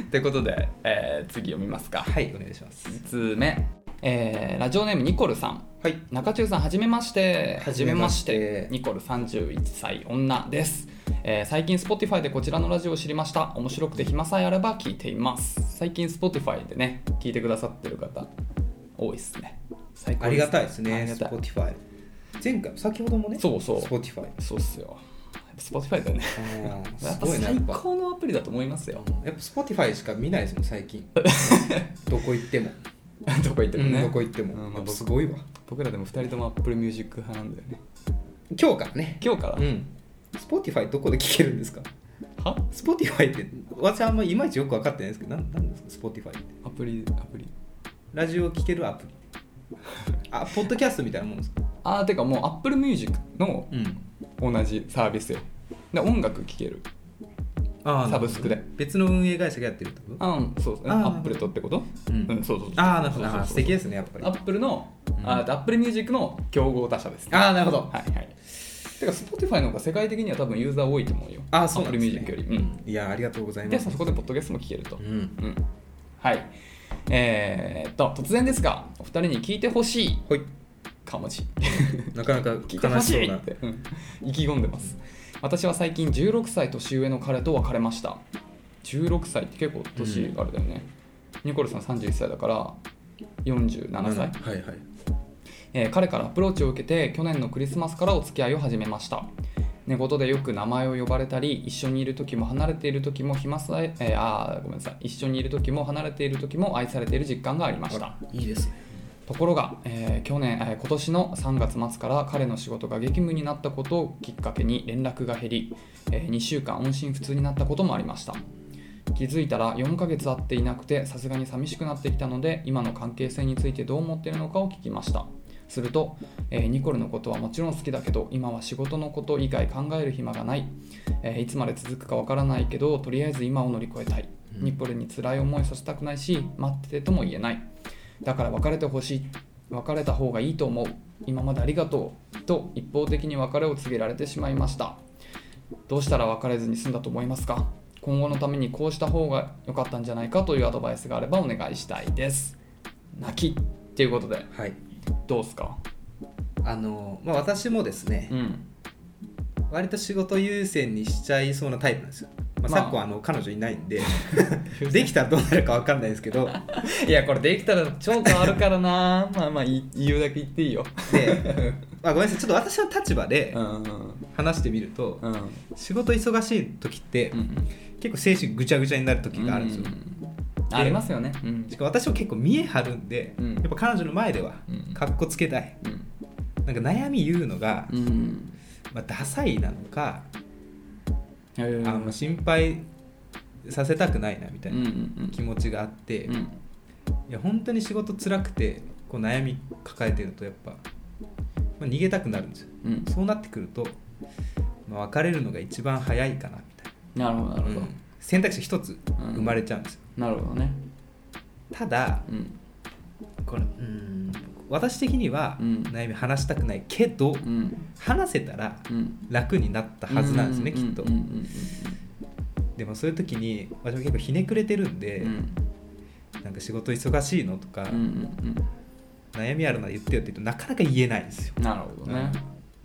Speaker 2: ってことで、えー次読みますか
Speaker 1: はいお願いします
Speaker 2: 5つ目、えーラジオネームニコルさん
Speaker 1: はい
Speaker 2: 中中さんはじめまして
Speaker 1: はじめまして
Speaker 2: はじめニコル31歳女です、えー最近 Spotify でこちらのラジオを知りました面白くて暇さえあれば聞いています最近 Spotify でね聞いてくださってる方多いですね最高
Speaker 1: あ
Speaker 2: っす
Speaker 1: りがたいです
Speaker 2: あり
Speaker 1: ね
Speaker 2: がたい
Speaker 1: Spotify 前回先ほどもね
Speaker 2: そうそう
Speaker 1: Spotify
Speaker 2: そうっすよやっぱ Spotify だよね
Speaker 1: あー
Speaker 2: やっ
Speaker 1: す
Speaker 2: ぱ
Speaker 1: ごいなや
Speaker 2: 最
Speaker 1: っぱ
Speaker 2: 高のアプリだと思いますよ
Speaker 1: やっぱ Spotify しか見ないですもん最 近どこ行っても、
Speaker 2: どこ行ってもね、
Speaker 1: うんどこ行っても、
Speaker 2: うんまあ
Speaker 1: やっぱ
Speaker 2: 僕
Speaker 1: すごいわ
Speaker 2: 僕らでも2人とも Apple Music 派なんだよね
Speaker 1: 今日からね
Speaker 2: 今日から、
Speaker 1: うん。Spotify どこで聴けるんですか
Speaker 2: は
Speaker 1: ?Spotify って、私あんまいまいちよく分かってないんですけど、なんなんですか ?Spotify って。
Speaker 2: アプリアプリ
Speaker 1: ラジオを聴けるアプリ。あ、ポッドキャストみたいなもんですか
Speaker 2: ああてかもう Apple Music の
Speaker 1: うん。
Speaker 2: 同じサービスよで音楽聴ける
Speaker 1: あ
Speaker 2: ーサブスクで。
Speaker 1: 別の運営会社がやってるってこと
Speaker 2: あうんそうですね
Speaker 1: あ
Speaker 2: ア
Speaker 1: ー
Speaker 2: ップルとってこと
Speaker 1: うん
Speaker 2: そうそうそう
Speaker 1: ああ、なるほど。
Speaker 2: そう
Speaker 1: あ
Speaker 2: そう
Speaker 1: ー
Speaker 2: そう
Speaker 1: 素敵ですね、やっぱり。
Speaker 2: アップルの、
Speaker 1: うん
Speaker 2: あアップルミュージックの競合他社ですね
Speaker 1: あーなるほど
Speaker 2: はいはいてか Spotify の方が世界的には多分ユーザー多いと思うよ
Speaker 1: あーそうなんです、ね、
Speaker 2: アップルミュージックよりうん
Speaker 1: いや、ありがとうございま。
Speaker 2: ですそこでポッドキャストも聴けると、
Speaker 1: うん。
Speaker 2: うんはいえー、っと突然ですがお二人に聞いてほしい
Speaker 1: はい。
Speaker 2: かもし
Speaker 1: なかなか
Speaker 2: 聞いてほ
Speaker 1: 悲し
Speaker 2: し
Speaker 1: そう
Speaker 2: い
Speaker 1: な
Speaker 2: っ。て、うん意気込んでます私は最近16歳年上の彼と別れました16歳って結構年あれだよね、ニコルさん31歳だから47歳、
Speaker 1: はいはい。
Speaker 2: えー彼からアプローチを受けて去年のクリスマスからお付き合いを始めました寝言でよく名前を呼ばれたり一緒にいる時も離れている時も暇さええーあーごめんなさい一緒にいる時も離れている時も愛されている実感がありました
Speaker 1: いいですね。
Speaker 2: ところが、えー去年、えー今年の3月末から彼の仕事が激務になったことをきっかけに連絡が減り、え2週間音信不通になったこともありました気づいたら4ヶ月会っていなくてさすがに寂しくなってきたので今の関係性についてどう思っているのかを聞きましたすると、えーニコルのことはもちろん好きだけど今は仕事のこと以外考える暇がない、えーいつまで続くかわからないけどとりあえず今を乗り越えたい
Speaker 1: うん
Speaker 2: ニコルに辛い思いさせたくないし待っててとも言えないだから別れてほしい別れた方がいいと思う今までありがとうと一方的に別れを告げられてしまいましたどうしたら別れずに済んだと思いますか今後のためにこうした方が良かったんじゃないかというアドバイスがあればお願いしたいです泣きっていうことで
Speaker 1: はい。
Speaker 2: どうですか
Speaker 1: あの、まあ私もですね、
Speaker 2: うん
Speaker 1: 割と仕事優先にしちゃいそうなタイプなんですよ、まあ
Speaker 2: まあ
Speaker 1: 昨今あの彼女いないん でできたらどうなるか分かんないですけど
Speaker 2: いやこれできたら超変わるからなまあまあい言うだけ言っていいよ
Speaker 1: で、まあ、ごめんなさいちょっと私の立場で
Speaker 2: うん
Speaker 1: 話してみると、
Speaker 2: うん
Speaker 1: 仕事忙しい時って、
Speaker 2: うん
Speaker 1: 結構精神ぐちゃぐちゃになる時があるんですよ、で
Speaker 2: ありますよねうん
Speaker 1: しかも私も結構見え張るんで、
Speaker 2: うん
Speaker 1: やっぱ彼女の前では
Speaker 2: うん
Speaker 1: かっこつけたい
Speaker 2: うん
Speaker 1: なんか悩み言うのが、
Speaker 2: うん
Speaker 1: まあ、ダサいなのか、
Speaker 2: あ
Speaker 1: あの心配させたくないなみたい
Speaker 2: うんう
Speaker 1: なん気持ちがあって、
Speaker 2: うんうん
Speaker 1: いや本当に仕事辛くてこう悩み抱えてるとやっぱ、まあ、逃げたくなるんですよ
Speaker 2: うん
Speaker 1: そうなってくると、まあ、別れるのが一番早いかなみたい
Speaker 2: なるほどな
Speaker 1: な、
Speaker 2: るほど
Speaker 1: うん選択肢一つ
Speaker 2: うん
Speaker 1: 生まれちゃうんですよ、
Speaker 2: なるほどね
Speaker 1: ただ
Speaker 2: うん
Speaker 1: これうん私的には
Speaker 2: うん
Speaker 1: 悩み話したくないけど、
Speaker 2: うん
Speaker 1: 話せたら
Speaker 2: うん
Speaker 1: 楽になったはずなんですね、
Speaker 2: うう
Speaker 1: きっと、
Speaker 2: うんうんうん
Speaker 1: でもそういう時に私も結構ひねくれてるんで、
Speaker 2: うん
Speaker 1: なんか仕事忙しいのとか、
Speaker 2: うんうん
Speaker 1: 悩みあるなら言ってよって言うとなかなか言えないんですよ
Speaker 2: うんなるほどね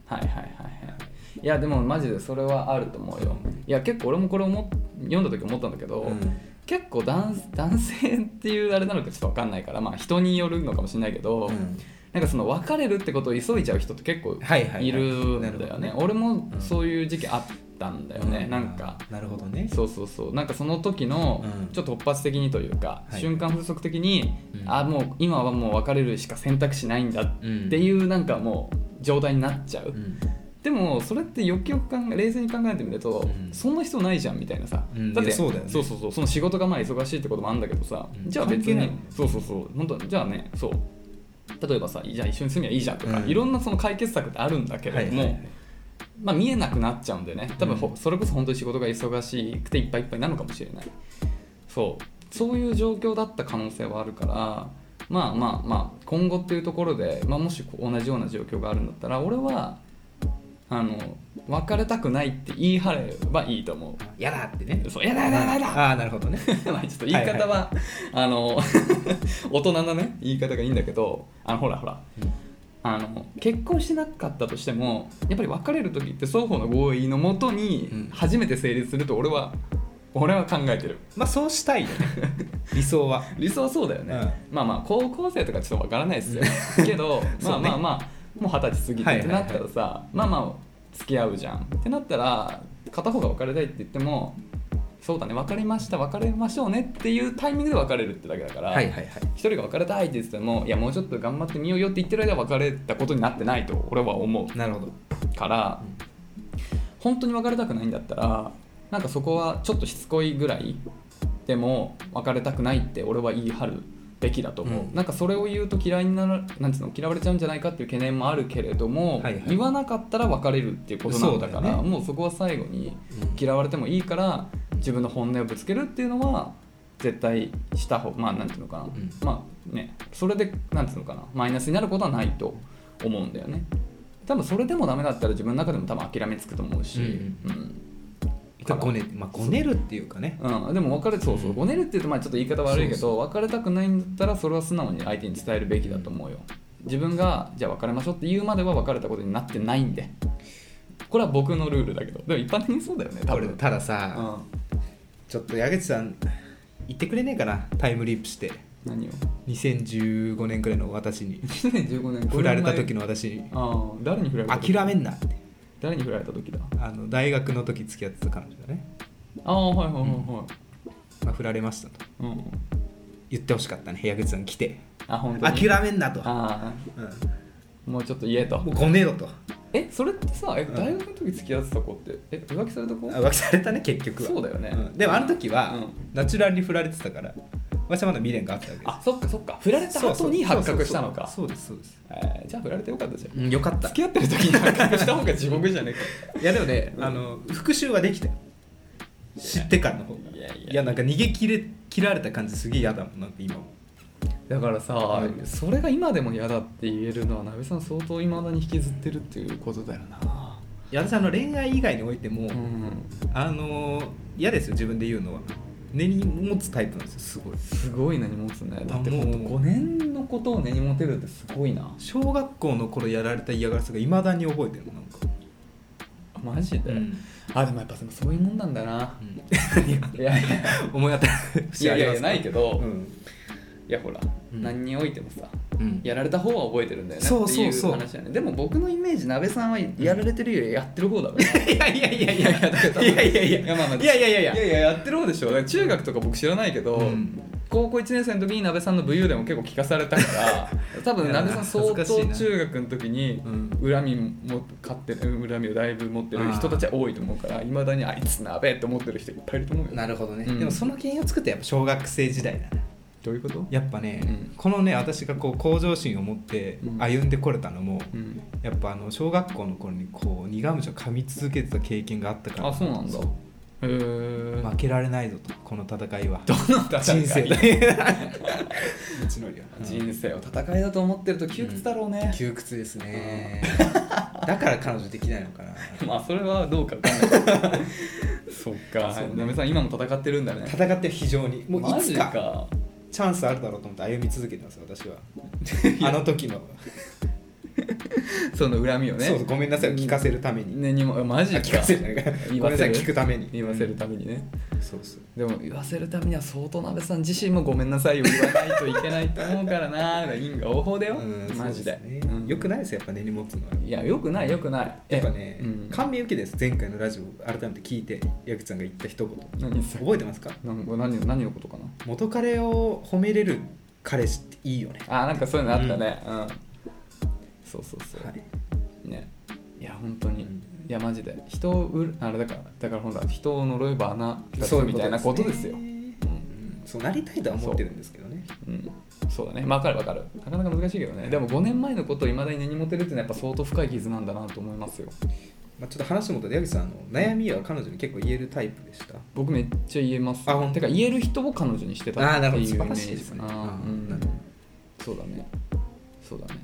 Speaker 2: はいはいはいはいいやでもマジでそれはあると思うよいや結構俺もこれ思っ読んだ時思ったんだけど、
Speaker 1: うん
Speaker 2: 結構男 男性っていうあれなのかちょっと分かんないからまあ人によるのかもしれないけど、
Speaker 1: うん
Speaker 2: なんかその別れるってことを急いじゃう人って結構
Speaker 1: はいはいはい
Speaker 2: いるん
Speaker 1: な
Speaker 2: だ
Speaker 1: るほど
Speaker 2: よ
Speaker 1: ね
Speaker 2: ね俺もそういう時期あったんだよね、
Speaker 1: う
Speaker 2: なんか
Speaker 1: なるほどね
Speaker 2: そうそうそうなんかその時の
Speaker 1: うん
Speaker 2: ちょっと突発的にというか、
Speaker 1: はい
Speaker 2: 瞬間風速的に、
Speaker 1: うん
Speaker 2: あもう今はもう別れるしか選択肢ないんだっ
Speaker 1: うん
Speaker 2: ていうなんかもう状態になっちゃう、
Speaker 1: うん
Speaker 2: でもそれってよくよく考え冷静に考えてみると、
Speaker 1: うん
Speaker 2: そんな人ないじゃんみたいなさ、
Speaker 1: うん
Speaker 2: だっ
Speaker 1: い
Speaker 2: て
Speaker 1: やそうだよね
Speaker 2: そうそうそうその仕事がまあ忙しいってこともあるんだけどさ、
Speaker 1: うん
Speaker 2: じゃあ
Speaker 1: 関
Speaker 2: 別
Speaker 1: 係な
Speaker 2: に
Speaker 1: いもんね
Speaker 2: そうそうそう本当じゃあねそう例えばさじゃあ一緒に住みゃいいじゃんとか、
Speaker 1: うん
Speaker 2: いろんなその解決策ってあるんだけれども、
Speaker 1: はいはいはい
Speaker 2: まあ、見えなくなっちゃうんでね多分ほ、
Speaker 1: う
Speaker 2: それこそ本当に仕事が忙しくていっぱいいっぱいなのかもしれないそうそういう状況だった可能性はあるからまあまあまあ今後っていうところで、まあ、もしこう同じような状況があるんだったら俺はあの別れたくないって言い張ればいいと思う
Speaker 1: やだってね
Speaker 2: そうやだやだやだやだ
Speaker 1: ああーなるほ どね
Speaker 2: まあちょっと言い方は、あの 大人なね言い方がいいんだけどあのほらほら、
Speaker 1: うん
Speaker 2: あの結婚してなかったとしてもやっぱり別れる時って双方の合意のもと
Speaker 1: うん
Speaker 2: に初めて成立すると俺は俺は考えてる
Speaker 1: まあそうしたいよね理想 は
Speaker 2: 理想はそうだよね、まあまあ高校生とかちょっとわからないですよ けど、
Speaker 1: そう
Speaker 2: まあ
Speaker 1: ね
Speaker 2: まあまあもう二十歳過ぎて
Speaker 1: はい
Speaker 2: っ
Speaker 1: は
Speaker 2: て
Speaker 1: いは
Speaker 2: ないったらさ、まあまあ付き合うじゃんってなったら片方が別れたいって言ってもそうだね別れました別れましょうねっていうタイミングで別れるってだけだから、
Speaker 1: はいはいはい
Speaker 2: 一人が別れたいって言っててもいやもうちょっと頑張ってみようよって言ってる間は別れたことになってないと俺は思
Speaker 1: なるほど
Speaker 2: うから本当に別れたくないんだったらなんかそこはちょっとしつこいぐらいでも別れたくないって俺は言い張るべきだと思う、
Speaker 1: うん
Speaker 2: なんかそれを言うと嫌いになるなんつうの嫌われちゃうんじゃないかっていう懸念もあるけれども、
Speaker 1: はいはい
Speaker 2: 言わなかったら別れるっていうことなんだか
Speaker 1: そうだ
Speaker 2: ら
Speaker 1: よね
Speaker 2: もうそこは最後に
Speaker 1: うん
Speaker 2: 嫌われてもいいから自分の本音をぶつけるっていうのは絶対した方まあなんていうのかな、
Speaker 1: ん
Speaker 2: まあねそれでなんていうのかなマイナスになることはないと思うんだよね多分それでもダメだったら自分の中でも多分諦めつくと思うし、
Speaker 1: う
Speaker 2: うん
Speaker 1: だからごねまあごねるっていうかね
Speaker 2: うん、でも別れそうそううんごねるって言うとまあちょっと言い方悪いけ
Speaker 1: そ
Speaker 2: ど別れたくないんだったらそれは素直に相手に伝えるべきだと思うよ自分がじゃあ別れましょうって言うまでは別れたことになってないんでこれは僕のルールだけどでも一般的にそうだよね多
Speaker 1: これ
Speaker 2: 分
Speaker 1: ただ
Speaker 2: う
Speaker 1: さ
Speaker 2: ん、
Speaker 1: ちょっと矢口さん言ってくれねえかなタイムリープして
Speaker 2: 何を
Speaker 1: 2015年くらいの私 に
Speaker 2: 2015年
Speaker 1: 振られた時
Speaker 2: の
Speaker 1: の私に
Speaker 2: ああ誰に振られた時
Speaker 1: 諦めんなって
Speaker 2: 誰に振られた時だ
Speaker 1: あの大学の時付き合ってた彼女がね、
Speaker 2: ああはいはいはいは
Speaker 1: まあ、振られましたと
Speaker 2: い、うん、
Speaker 1: 言ってほしかったね矢口さん来て
Speaker 2: あ本当に
Speaker 1: 諦めんなと、
Speaker 2: あ
Speaker 1: う
Speaker 2: あもうちょっと言えと
Speaker 1: ん、もうごねろと
Speaker 2: えそれってさえ
Speaker 1: うん
Speaker 2: 大学の時付き合ってた子ってえ浮気された子
Speaker 1: 浮気されたね結局は
Speaker 2: そうだよね
Speaker 1: んでもあの時は、
Speaker 2: うん
Speaker 1: ナチュラルに振られてたから私はまだ未練があったわけです
Speaker 2: あそっかそっか振られた
Speaker 1: そうそ
Speaker 2: 後
Speaker 1: う
Speaker 2: に発覚したのか
Speaker 1: そうそうそうそうですそう
Speaker 2: えーじゃあ振られてよかったじゃん
Speaker 1: です、うん、よかった
Speaker 2: 付き合ってる時に発覚した方が地獄じゃね
Speaker 1: いやでもね、
Speaker 2: うん
Speaker 1: あの復讐はできたよ知ってからの方が
Speaker 2: いやいやいや
Speaker 1: なんか逃げ切れ切られた感じすげえ嫌だもんなんか今も
Speaker 2: えかだからさ
Speaker 1: うん
Speaker 2: それが今でも嫌だって言えるのは鍋さん相当いまだに引きずってるっていうことだよな
Speaker 1: 矢田さんの恋愛以外においても、
Speaker 2: うん
Speaker 1: あのー嫌ですよ自分で言うのは根に持つタイプなんですよすごい
Speaker 2: すごい根に持つねだって
Speaker 1: あ
Speaker 2: ほ
Speaker 1: もうん
Speaker 2: と5年のことを根に持てるってすごいな
Speaker 1: 小学校の頃やられた嫌がらせがいまだに覚えてるのなんか、
Speaker 2: マジで、
Speaker 1: うん
Speaker 2: あでもやっぱでもそういうもんなんだな
Speaker 1: うん
Speaker 2: いやいや
Speaker 1: 思い当たる
Speaker 2: いやいやいやないけど、
Speaker 1: うん
Speaker 2: いやほら、
Speaker 1: うん
Speaker 2: 何においてもさ
Speaker 1: うん
Speaker 2: やられた方は覚えてるんだよね
Speaker 1: そう
Speaker 2: ってい
Speaker 1: そうう
Speaker 2: 話だよねでも僕のイメージなべさんはやられてるよりやってる方だからね
Speaker 1: いやいやいやいや
Speaker 2: いやだけど
Speaker 1: いやいやいや
Speaker 2: いやまあまあ
Speaker 1: いやいやいやいや
Speaker 2: いやいややってる方でしょだから中学とか僕知らないけど、
Speaker 1: うん
Speaker 2: 高校1年生の時になべさんの武勇伝を結構聞かされたから 多分なべさん相当
Speaker 1: 恥ずかしいな
Speaker 2: 中学の時に
Speaker 1: うん
Speaker 2: 恨みも買ってる恨みをだいぶ持ってる人たちは多いと思うからいまだにあいつなべって思ってる人いっぱいいると思うよ
Speaker 1: なるほどね、
Speaker 2: うん
Speaker 1: でもその原因を作ってやっぱ小学生時代だな
Speaker 2: どういうこと
Speaker 1: やっぱね、
Speaker 2: うん
Speaker 1: このね私がこう向上心を持って
Speaker 2: うん
Speaker 1: 歩んでこれたのも、
Speaker 2: うん
Speaker 1: やっぱあの小学校の頃にこう苦虫を噛み続けてた経験があったから
Speaker 2: あそうなんだへえ、
Speaker 1: 負けられないぞとこの戦いは
Speaker 2: どんな 戦い
Speaker 1: 人生だ うちのりは
Speaker 2: 人生を戦いだと思ってると窮屈だろうね、
Speaker 1: 窮屈ですねだから彼女できないのかな
Speaker 2: まあそれはどうかわかんない そっか
Speaker 1: そうね
Speaker 2: なめさん今も戦ってるんだね
Speaker 1: 戦って非常にもう
Speaker 2: マ
Speaker 1: いつ
Speaker 2: ジ
Speaker 1: か
Speaker 2: か
Speaker 1: チャンスあるだろうと思って歩み続けてます 私はあの時の、
Speaker 2: その恨みをね
Speaker 1: そうごめんなさいを聞かせるために、
Speaker 2: ねにもマジ
Speaker 1: あ
Speaker 2: か
Speaker 1: 聞かせるじゃないか
Speaker 2: 言
Speaker 1: ご
Speaker 2: わ
Speaker 1: めんな
Speaker 2: せ
Speaker 1: さ
Speaker 2: る
Speaker 1: い聞くために
Speaker 2: 言わせるためにね、
Speaker 1: そうそう
Speaker 2: でも言わせるためには相当なべさん自身もごめんなさいを言わないといけないと思うからな因果応報だよ、
Speaker 1: うん
Speaker 2: マジで
Speaker 1: そうすね
Speaker 2: うん
Speaker 1: よくないですよやっぱ根に持つのはい
Speaker 2: やよくないよくない
Speaker 1: やっぱね、
Speaker 2: えうん
Speaker 1: 感銘受けです前回のラジオ改めて聞いて矢口さんが言った一言
Speaker 2: 何それ
Speaker 1: 覚えてますか
Speaker 2: なんか何何のことかな
Speaker 1: 元彼を褒めれる彼氏っていいよね
Speaker 2: あなんかそういうのあったねうん、そうそうそう、
Speaker 1: はい
Speaker 2: ねいや本当に、
Speaker 1: うん
Speaker 2: いやマジで人を売るあれだからだからほら人を呪えば穴がつ
Speaker 1: そう
Speaker 2: みたいなことですよ
Speaker 1: う
Speaker 2: う
Speaker 1: ことですねうんそうなりたいとは思ってるんですけどね
Speaker 2: んそうだねわかるわかるなかなか難しいけどねでも5年前のことをいまだに根に持てるっていうのはやっぱ相当深い傷なんだなと思いますよ
Speaker 1: まあ、ちょっと話元で矢口さんあの悩みは彼女に結構言えるタイプでした
Speaker 2: 僕めっちゃ言えます
Speaker 1: あほんと
Speaker 2: てか言える人を彼女にしてた
Speaker 1: あーな
Speaker 2: っ
Speaker 1: るほど
Speaker 2: ていうイメ
Speaker 1: 素晴らしい
Speaker 2: ー
Speaker 1: で
Speaker 2: ジ
Speaker 1: す
Speaker 2: か
Speaker 1: ね
Speaker 2: な
Speaker 1: あー
Speaker 2: うん
Speaker 1: なるほ
Speaker 2: そうだねそうだね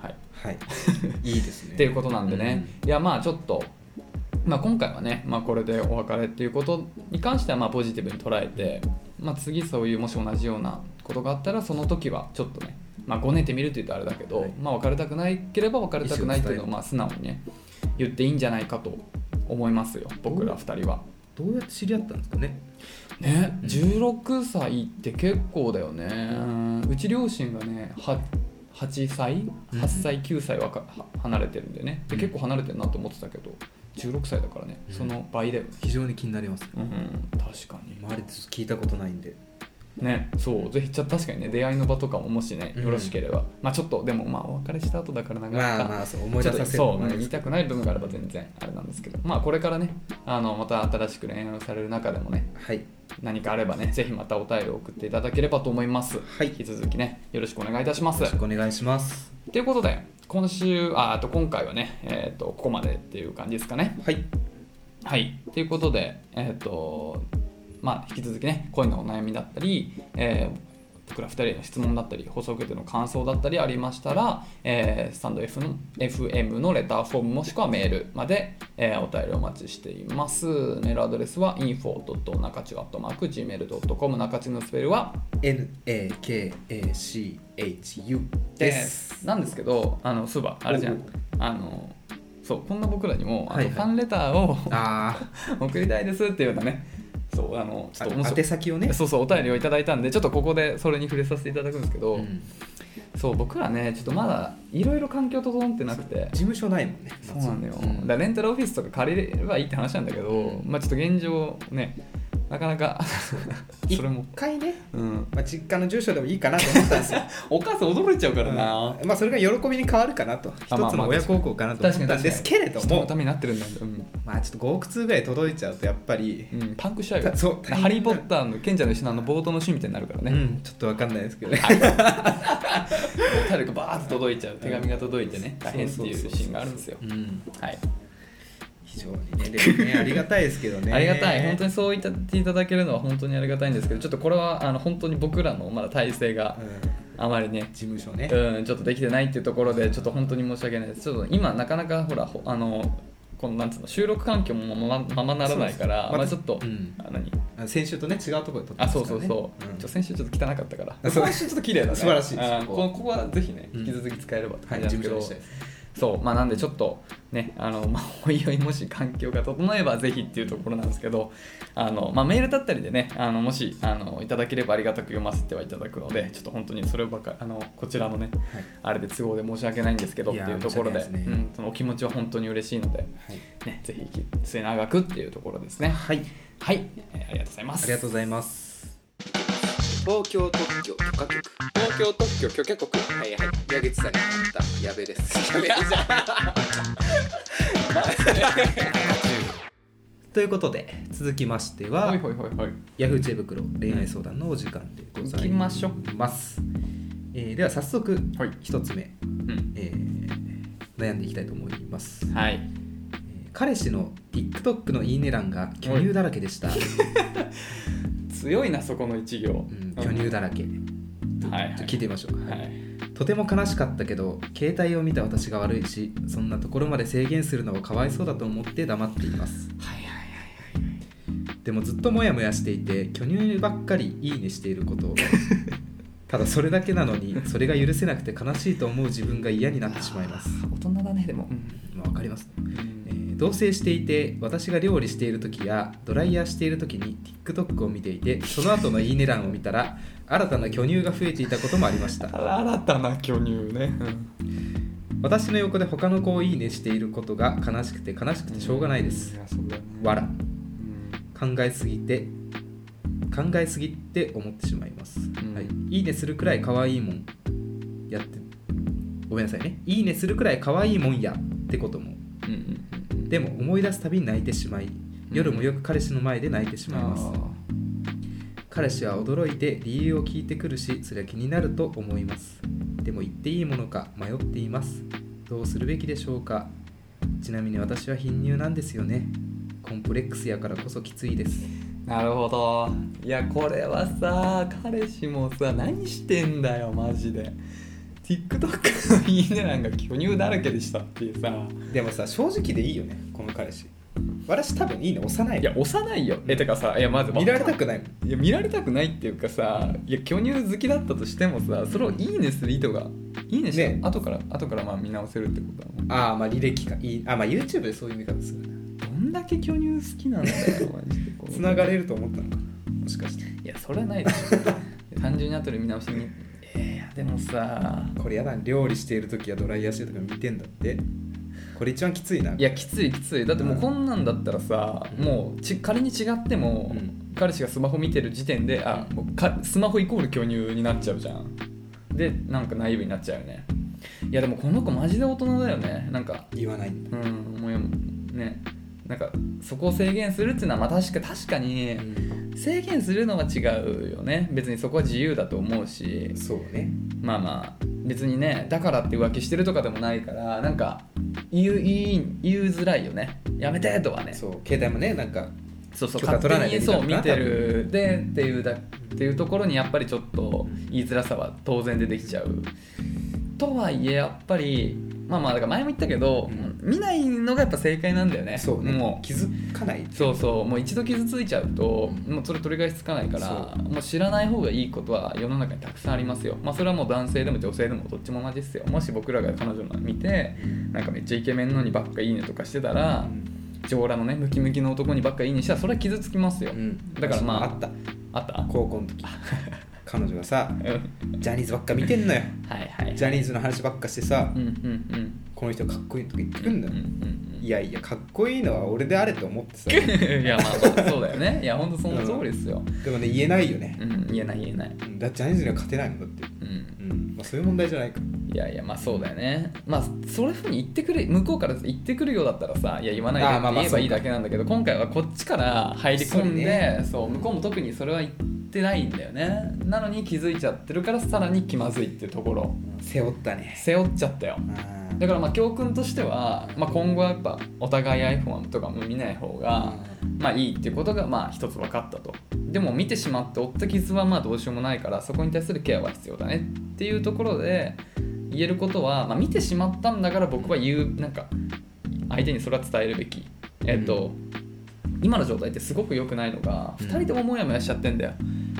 Speaker 2: はい
Speaker 1: はい いいですね
Speaker 2: っていうことなんでね、いやまあちょっと、まあ、今回はね、まあ、これでお別れっていうことに関してはまあポジティブに捉えて、まあ、次そういうもし同じようなことがあったらその時はちょっとね、まあ、ごねてみるって言うとあれだけど、
Speaker 1: はい
Speaker 2: まあ、別れたくないければ別れたくないっていうのをまあ素直にね言っていいんじゃないかと思いますよ僕ら2人は。
Speaker 1: どうやって知り合ったんですかね
Speaker 2: ね、
Speaker 1: うん
Speaker 2: 16歳って結構だよねうんうち両親がねは8歳
Speaker 1: うん
Speaker 2: 8歳9歳はかは離れてるんでねで
Speaker 1: うん
Speaker 2: 結構離れてるなと思ってたけど16歳だからね
Speaker 1: うん
Speaker 2: その倍だよね
Speaker 1: 非常に気になります
Speaker 2: うん、確かに
Speaker 1: 周りで聞いたことないんで
Speaker 2: ねそうぜひじゃあ確かにね出会いの場とかももしね
Speaker 1: うん
Speaker 2: よろしければ、まあちょっとでもまあお別れした後だからなかな
Speaker 1: ま
Speaker 2: か、
Speaker 1: あまあそう思い出させ
Speaker 2: ち
Speaker 1: る
Speaker 2: ょっと
Speaker 1: も
Speaker 2: そ
Speaker 1: な
Speaker 2: う言
Speaker 1: で
Speaker 2: い
Speaker 1: す
Speaker 2: たくない部分があれば全然あれなんですけどまあこれからねあのまた新しく恋愛をされる中でもね
Speaker 1: はい
Speaker 2: 何かあればね、ぜひまたお便りを送っていただければと思います。
Speaker 1: はい
Speaker 2: 引き続きね、よろしくお願いいたしま
Speaker 1: よ
Speaker 2: す
Speaker 1: ろ。しくお願いします
Speaker 2: ということで、今週、あ、あと今回はね、えっ、と、ここまでっていう感じですかね。
Speaker 1: はい
Speaker 2: はい。ということで、えっ、と、まあ、引き続きね、恋のお悩みだったり、えー僕ら2人への質問だったり放送を受けての感想だったりありましたら、えースタンド F の FM のレターフォームもしくはメールまで、えーお便りお待ちしていますメールアドレスは info.nakachu.gmail.com 中地のスペルは
Speaker 1: NAKACHU です
Speaker 2: なんですけどあのそういえばあれじゃんあのそうこんな僕らにもあ
Speaker 1: はい
Speaker 2: の
Speaker 1: はい
Speaker 2: ファンレターを
Speaker 1: あ
Speaker 2: 送りたいですっていうのねそうあのちょっと面
Speaker 1: あ
Speaker 2: 白
Speaker 1: 宛
Speaker 2: い
Speaker 1: 先をね
Speaker 2: そうそうお便りをいただいたんでちょっとここでそれに触れさせていただくんですけど、
Speaker 1: うん
Speaker 2: そう僕らねちょっとまだいろいろ環境整ってなくて
Speaker 1: 事務所ないもんね
Speaker 2: そうなんだよ、
Speaker 1: うん
Speaker 2: だからレンタルオフィスとか借りればいいって話なんだけど、
Speaker 1: うん
Speaker 2: まあちょっと現状ねなかなかそれも
Speaker 1: 一回ね
Speaker 2: うん
Speaker 1: まあ、実家の住所でもいいかなと思ったん ですよ。
Speaker 2: お母さん驚いちゃうか
Speaker 1: う
Speaker 2: ら
Speaker 1: ん
Speaker 2: な、
Speaker 1: まあ、それが喜びに変わるかなと。一つ
Speaker 2: あまあまあ
Speaker 1: の親孝行かなと思ったんですけれど
Speaker 2: 人の
Speaker 1: も
Speaker 2: た、めになってるんだ、うん
Speaker 1: まあ、ちょっと5億通ぐらい届いちゃうと、やっぱり、
Speaker 2: うん、パンクしちゃうよ
Speaker 1: そう大変
Speaker 2: ハリー・ポッターの賢者の石のあの冒頭のシーンみたいになるから
Speaker 1: う
Speaker 2: ね、
Speaker 1: ん、ちょっとわかんないですけどね。
Speaker 2: タルがバーッと届いちゃう手紙が届いてね大変っていうシーンがあるんですよ
Speaker 1: うん、
Speaker 2: はい、
Speaker 1: 非常にね、でもね、ありがたいですけどね。
Speaker 2: ありがたい本当
Speaker 1: に。
Speaker 2: にそう言っていただけるのは本当にありがたいんですけどちょっとこれはあの本当に僕らのまだ体制があまりね
Speaker 1: 事務所ね。
Speaker 2: うん、ちょっとできてないっていうところでちょっと本当に申し訳ないですちょっと今なかなかほらほあのこのなんつうの収録環境もままままならないか
Speaker 1: そ
Speaker 2: ら
Speaker 1: うそう
Speaker 2: まあ、ちょっと、
Speaker 1: うん
Speaker 2: あ何
Speaker 1: あ先週とね、違うところで撮って
Speaker 2: あ
Speaker 1: ます
Speaker 2: そ
Speaker 1: から
Speaker 2: うそ
Speaker 1: ね。
Speaker 2: うそう、
Speaker 1: ん
Speaker 2: ちょ先週ちょっと汚かったから
Speaker 1: あそう
Speaker 2: 今週ちょっと綺麗だね
Speaker 1: 素晴らしいです
Speaker 2: あここここはぜひね
Speaker 1: うん
Speaker 2: 引き続き使えればって
Speaker 1: は
Speaker 2: 感
Speaker 1: い、
Speaker 2: じ
Speaker 1: 事
Speaker 2: な
Speaker 1: 務
Speaker 2: んで
Speaker 1: 所でし
Speaker 2: すけど、
Speaker 1: たいです。
Speaker 2: そうまあなんでちょっとねあの、 まあ、おいおいもし環境が整えばぜひっていうところなんですけどあの、まあ、メールだったりでねあのもしあのいただければありがたく読ませてはいただくのでちょっと本当にそればかあのこちらのね
Speaker 1: はい
Speaker 2: あれで都合で申し訳ないんですけどっ
Speaker 1: い
Speaker 2: て
Speaker 1: やー
Speaker 2: いうところで
Speaker 1: 申し訳ないですね
Speaker 2: うん、そのお気持ちは本当に嬉しいので、
Speaker 1: はい
Speaker 2: ね、ぜひ末永くっていうところですね
Speaker 1: はい、
Speaker 2: はい、えーありがとうございます
Speaker 1: ありがとうございます。
Speaker 3: 東京特許許可局東京特許許可局はいはい矢口さんにったやべですやべじ ゃ
Speaker 1: ということで、続きましては、
Speaker 2: はいはいはいはい
Speaker 1: ヤフー知恵袋恋愛相談のお時間でございます。
Speaker 2: 行きましょう
Speaker 1: えーでは早速
Speaker 2: はい
Speaker 1: 一つ目、
Speaker 2: うん
Speaker 1: えー悩んでいきたいと思います、
Speaker 2: はい
Speaker 1: えー彼氏の TikTok のいいね欄が巨乳だらけでした、
Speaker 2: 強いなそこの一行、
Speaker 1: うん、巨乳だらけ、
Speaker 2: はい、
Speaker 1: ちょ聞いてみましょう、
Speaker 2: はい
Speaker 1: とても悲しかったけど携帯を見た私が悪いしそんなところまで制限するのはかわいそうだと思って黙っています
Speaker 2: はいはい
Speaker 1: でもずっとモヤモヤしていて巨乳ばっかりいいねしていることをただそれだけなのにそれが許せなくて悲しいと思う自分が嫌になってしまいます
Speaker 2: 大人だねでも、
Speaker 1: まあ、わかりますね、えー同棲していて私が料理している時やドライヤーしている時に TikTok を見ていてその後のいいね欄を見たら新たな巨乳が増えていたこともありました
Speaker 2: ただ新たな巨乳ね、
Speaker 1: 私の横で他の子をいいねしていることが悲しくて悲しくてしょうがないです
Speaker 2: やそうだね
Speaker 1: わら考えすぎて考えすぎって思ってしまいます、
Speaker 2: ん
Speaker 1: はい、いいねするくらい可愛いもんやってごめんなさいねいいねするくらい可愛いもんやってことも
Speaker 2: うんうんうんうん
Speaker 1: でも思い出すたびに泣いてしまい夜もよく彼氏の前で泣いてしまいます、彼氏は驚いて理由を聞いてくるしそれは気になると思いますでも言っていいものか迷っていますどうするべきでしょうかちなみに私は貧乳なんですよねコンプレックスやからこそきついです
Speaker 2: なるほどいやこれはさ彼氏もさ何してんだよマジで TikTok の「いいね」欄が巨乳だらけでしたっていうさ
Speaker 1: でもさ正直でいいよねこの彼氏私多分いいの幼い
Speaker 2: いや幼いよえてかさいやまず
Speaker 1: 見られたくないもん
Speaker 2: いや見られたくないっていうかさいや巨乳好きだったとしてもさそれを「いいね」する意図が「いいね」して、
Speaker 1: ね
Speaker 2: 後から後からまあ見直せるってことだもん
Speaker 1: ああまあ履歴かいいあまあ YouTube でそういう見方するな
Speaker 2: どんだけ巨乳好きなんだよマジでこの
Speaker 1: 繋がれると思ったのかなもしかして
Speaker 2: いやそれはないでし ょ単純に後で見直しにいやでもさ
Speaker 1: これやだな料理している時やドライヤーしてるとか見てんだってこれ一番きついない
Speaker 2: いやきついきついだってもうこんなんだったらさもうち仮に違っても、
Speaker 1: うん
Speaker 2: 彼氏がスマホ見てる時点であもうかスマホイコール巨乳になっちゃうじゃんでなんかナイーブになっちゃうよねいやでもこの子マジで大人だよねなんか
Speaker 1: 言わないんだ、
Speaker 2: うんもうねなんかそこを制限するっていうのはまあ確か確かに制限するのは違うよね別にそこは自由だと思うし
Speaker 1: そうね
Speaker 2: まあまあ別にねだからって浮気してるとかでもないからなんか言う言い言うづらいよねやめてとはね
Speaker 1: そう携帯もねなんか
Speaker 2: そうそう
Speaker 1: 許可
Speaker 2: 勝
Speaker 1: 取らない
Speaker 2: 手
Speaker 1: で見た
Speaker 2: にそ
Speaker 1: の
Speaker 2: う
Speaker 1: か
Speaker 2: 見
Speaker 1: な
Speaker 2: てるでっていうだっていうところにやっぱりちょっと言いづらさは当然出てきちゃうとはいえやっぱりまあまあだから前も言ったけど、
Speaker 1: うん
Speaker 2: 見ないのがやっぱ正解なんだよね
Speaker 1: そうね
Speaker 2: もう
Speaker 1: 気づかない
Speaker 2: そうそうもう一度傷ついちゃうともうそれ取り返しつかないから
Speaker 1: そ
Speaker 2: もう知らない方がいいことは世の中にたくさんありますよ、まあ、それはもう男性でも女性でもどっちも同じですよもし僕らが彼女の見てなんかめっちゃイケメンのにばっかいいねとかしてたら上裸のねムキムキの男にばっかいいねしたらそれは傷つきますよ、
Speaker 1: うん
Speaker 2: だからまあ
Speaker 1: あった
Speaker 2: あった
Speaker 1: 高校の時彼女がさ
Speaker 2: うんはい
Speaker 1: ジャニーズばっか見てんのよ
Speaker 2: はい
Speaker 1: ジャニーズの話ばっかしてさ
Speaker 2: うんうん
Speaker 1: この人かっこいいとか言ってく
Speaker 2: うん
Speaker 1: んだ
Speaker 2: う
Speaker 1: よ、
Speaker 2: ん
Speaker 1: いやいやかっこいいのは俺であれと思ってさ
Speaker 2: うんいやまあそうだよねいやほんとその通りですよ、
Speaker 1: でもね言えないよね、
Speaker 2: うん、言えない言えない、
Speaker 1: うんだってジャニーズには勝てないもんだって、
Speaker 2: うん、
Speaker 1: うんまあ、そういう問題じゃないか
Speaker 2: いやいやまあそうだよねまあそういうふうに言ってくる向こうから言ってくるようだったらさいや言わない
Speaker 1: あ
Speaker 2: で
Speaker 1: ーま
Speaker 2: っ
Speaker 1: あ
Speaker 2: て
Speaker 1: まあ
Speaker 2: 言えばいいだけなんだけど今回はこっちから入り込んで、そう向こうも特にそれは言ってないんだよねなのに気づいちゃってるからさらに気まずいっていうところ
Speaker 1: 背負ったね
Speaker 2: 背負っちゃったよ
Speaker 1: うん
Speaker 2: だからまあ教訓としては、まあ、今後はやっぱお互い iPhone とかも見ない方がまあいいっていうことがまあ一つ分かったとでも見てしまって負った傷はまあどうしようもないからそこに対するケアは必要だねっていうところで言えることは、まあ、見てしまったんだから僕は言うなんか相手にそれは伝えるべきえっ、と、今の状態ってすごく良くないのが
Speaker 1: うん
Speaker 2: 2人ともモヤモヤしちゃってんだよ、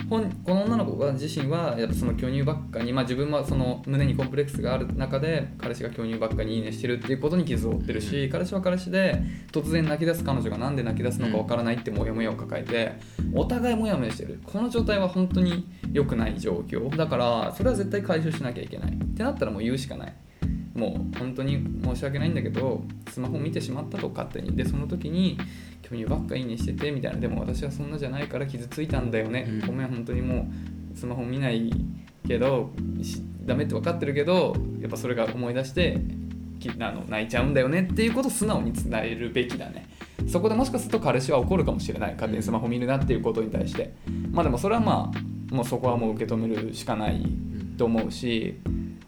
Speaker 2: 本この女の子が自身はやっぱその巨乳ばっかに、まあ、自分はその胸にコンプレックスがある中で彼氏が巨乳ばっかにいいねしてるっていうことに傷を負ってるし、彼氏は彼氏で突然泣き出す彼女がなんで泣き出すのかわからないってモヤモヤを抱えてお互いモヤモヤしてるこの状態は本当に良くない状況だからそれは絶対解消しなきゃいけないってなったらもう言うしかないもう本当に申し訳ないんだけどスマホ見てしまったと勝手にでその時に巨乳ばっかいいねしててみたいなでも私はそんなじゃないから傷ついたんだよね、
Speaker 1: うん
Speaker 2: ごめん本当にもうスマホ見ないけどしダメって分かってるけどやっぱそれが思い出してきあの泣いちゃうんだよねっていうことを素直に伝えるべきだねそこでもしかすると彼氏は怒るかもしれない勝手にスマホ見るなっていうことに対してまあでもそれはまあもうそこはもう受け止めるしかないと思うし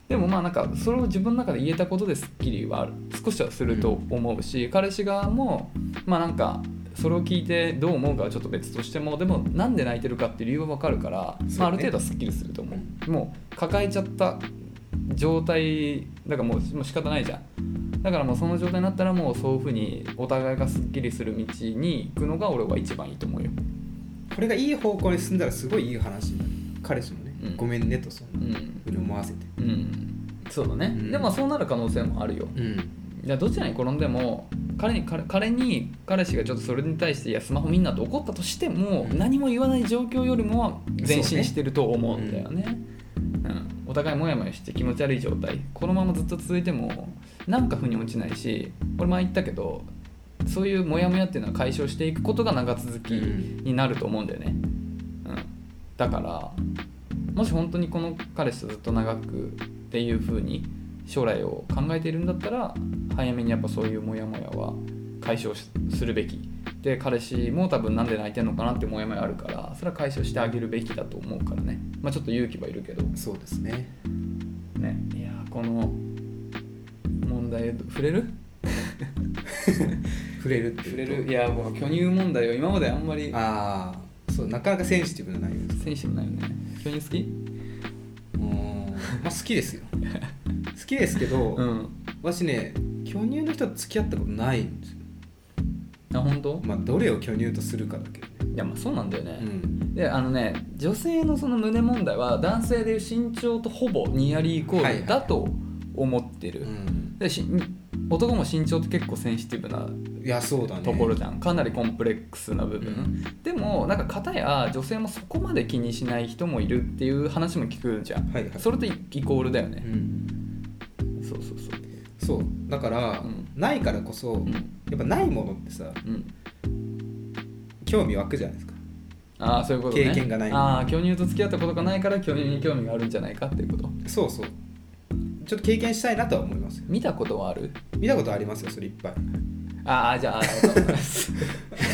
Speaker 2: でもまあなんかそれを自分の中で言えたことですっきりは少しはすると思うし、彼氏側もまあなんかそれを聞いてどう思うかはちょっと別としてもでもなんで泣いてるかっていう理由は分かるから、
Speaker 1: そうね
Speaker 2: まあ、ある程度はすっきりすると思うもう抱えちゃった状態だからもうもう仕方ないじゃんだからもうその状態になったらもうそういうふうにお互いがすっきりする道に行くのが俺は一番いいと思うよ
Speaker 1: これがいい方向に進んだらすごいいい話になる彼氏もね、
Speaker 2: うん
Speaker 1: ごめんねとそん
Speaker 2: う
Speaker 1: なんふうに思わせて
Speaker 2: うんそうだね、
Speaker 1: うん
Speaker 2: でもまあそうなる可能性もあるよ
Speaker 1: うん
Speaker 2: いやどちらに転んでも彼に彼彼に彼氏がちょっとそれに対していやスマホみんなと怒ったとしても
Speaker 1: うん
Speaker 2: 何も言わない状況よりもは前進してると思うんだよねうん、お互いモヤモヤして気持ち悪い状態このままずっと続いてもなんか腑に落ちないし俺前言ったけどそういうモヤモヤっていうのは解消していくことが長続きになると思うんだよね、うん、だからもし本当にこの彼氏とずっと長くっていう風に将来を考えているんだったら早めにやっぱそういうモヤモヤは解消しするべきで彼氏も多分なんで泣いてんのかなってモヤモヤあるからそれは解消してあげるべきだと思うからねまあちょっと勇気はいるけど
Speaker 1: そうですね
Speaker 2: ねいやーこの問題触れる
Speaker 1: 触れるって
Speaker 2: 触
Speaker 1: い
Speaker 2: れ
Speaker 1: うと
Speaker 2: るいや僕巨乳問題は今まであんまり
Speaker 1: ああそうなかなかセンシティブな内容です
Speaker 2: センシティブないよね巨乳好き
Speaker 1: うーんまあ好き ですよ好きですけど、
Speaker 2: ん
Speaker 1: 私ね巨乳の人と付き合ったことないんですよ
Speaker 2: あ本当
Speaker 1: まあどれを巨乳とするかだけどね
Speaker 2: いやまあそうなんだよね、
Speaker 1: うん
Speaker 2: であのね女性のその胸問題は男性でいう身長とほぼニアリーイコ
Speaker 1: はい
Speaker 2: ールだと思ってる、
Speaker 1: うん
Speaker 2: でし男も身長って結構センシティブない
Speaker 1: やそうだね
Speaker 2: ところじゃん、かなりコンプレックスな部
Speaker 1: う
Speaker 2: 分、
Speaker 1: ん
Speaker 2: でもなんか片や女性もそこまで気にしない人もいるっていう話も聞くじゃん、
Speaker 1: はいはい
Speaker 2: それとイイコールだよ
Speaker 1: う
Speaker 2: ね、
Speaker 1: ん
Speaker 2: そうそうそう
Speaker 1: そうだから、
Speaker 2: うん
Speaker 1: ないからこそ、
Speaker 2: うん
Speaker 1: やっぱないものってさ
Speaker 2: うん
Speaker 1: 興味湧くじゃないですか
Speaker 2: ああそういうことね
Speaker 1: 経験がない
Speaker 2: ああ巨乳と付き合ったことがないから巨乳に興味があるんじゃないかっていうこと
Speaker 1: そうそうちょっと経験したいなとは思いますよ
Speaker 2: 見たことはある
Speaker 1: 見たことありますよそれいっぱい
Speaker 2: ああじゃああ のちょっ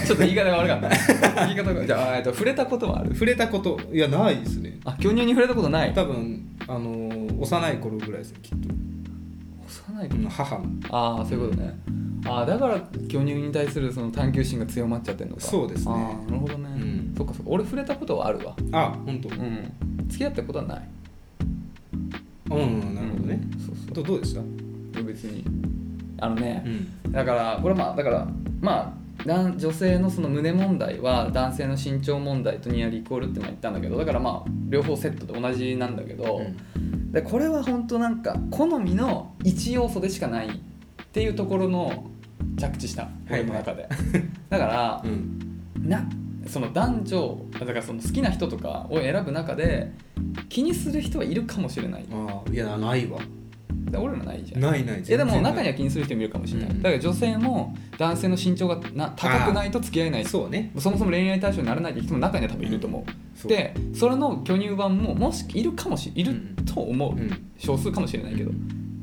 Speaker 2: と言い方が悪かった言い方がじゃあえっと触れたことはある
Speaker 1: 触れたこといやないですね
Speaker 2: あ巨乳に触れたことない
Speaker 1: 多分あのー幼い頃ぐらいですねきっと、
Speaker 2: 幼い
Speaker 1: うん
Speaker 2: 頃
Speaker 1: 母の
Speaker 2: ああそういうことねああだから巨乳に対するその探求心が強まっちゃってるのか
Speaker 1: そうですね
Speaker 2: ああなるほどね、
Speaker 1: うん
Speaker 2: そっかそっか俺触れたことはあるわ
Speaker 1: あ本当
Speaker 2: うん付き合ったことはない
Speaker 1: うん、うん、なるほどね、
Speaker 2: うんそうそう
Speaker 1: どどうでした
Speaker 2: 別にあのね、
Speaker 1: ん
Speaker 2: だからこれまあだからまあ男女性のその胸問題は男性の身長問題とニアリイコールってのは言ったんだけどだからまあ両方セットで同じなんだけど、でこれは本当なんか好みの一要素でしかないっていうところの着地した
Speaker 1: いはい
Speaker 2: 俺の中で、 だから
Speaker 1: う、ん
Speaker 2: なその男女だからその好きな人とかを選ぶ中で気にする人はいるかもしれない
Speaker 1: ああいやないわ
Speaker 2: で俺らないじゃん
Speaker 1: ないない
Speaker 2: いやでも
Speaker 1: 全然ない
Speaker 2: 中には気にする人もいるかもしれない、
Speaker 1: うん
Speaker 2: だから女性も男性の身長がな高くないと付き合えないそ
Speaker 1: そうね
Speaker 2: もそも恋愛対象にならないって人も中には多分いると思う、
Speaker 1: そう
Speaker 2: でそれの巨乳版ももしいるかもしいる
Speaker 1: うん
Speaker 2: と思う、
Speaker 1: うん
Speaker 2: 少数かもしれないけど、っ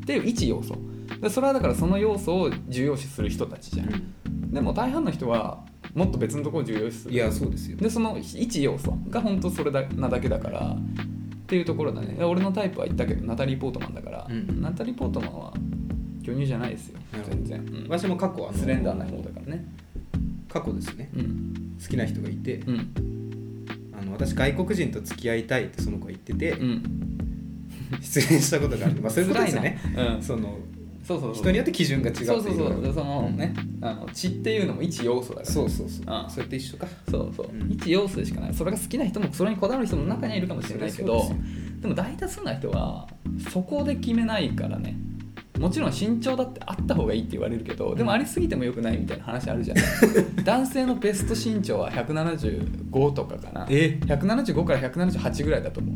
Speaker 2: ていう一要素でそれはだからその要素を重要視する人たちじゃん、でも大半の人はもっと別のところを重要視する
Speaker 1: いやそうですよ
Speaker 2: でその一要素が本当それだなだけだからっていうところだね俺のタイプは言ったけどナタリー・ポートマンだから、
Speaker 1: うん
Speaker 2: ナタリー・ポートマンは巨乳じゃないですよ
Speaker 1: なるほど
Speaker 2: 全然、うん
Speaker 1: 私も過去あの
Speaker 2: スレンダーな方だからね
Speaker 1: 過去ですね
Speaker 2: うん
Speaker 1: 好きな人がいて、
Speaker 2: うん
Speaker 1: あの私外国人と付き合いたいってその子が言ってて、
Speaker 2: うん
Speaker 1: 失恋したことがある まあそういうことですよね
Speaker 2: 辛いなうん
Speaker 1: その
Speaker 2: そうそうそう
Speaker 1: 人によって基準が違うってい
Speaker 2: そうそうそう
Speaker 1: う
Speaker 2: でそのねあの血っていうのも一要素だから
Speaker 1: そうそうそう
Speaker 2: ああ
Speaker 1: それと一緒か
Speaker 2: そうそう、
Speaker 1: うん
Speaker 2: 一要素でしかないそれが好きな人もそれにこだわる人も中にはいるかもしれないけど
Speaker 1: そりゃそうで
Speaker 2: でも大多数の人はそこで決めないからねもちろん身長だってあった方がいいって言われるけどでもありすぎてもよくないみたいな話あるじゃ ん男性のベスト身長は175とかかな
Speaker 1: え
Speaker 2: 175から178ぐらいだと思う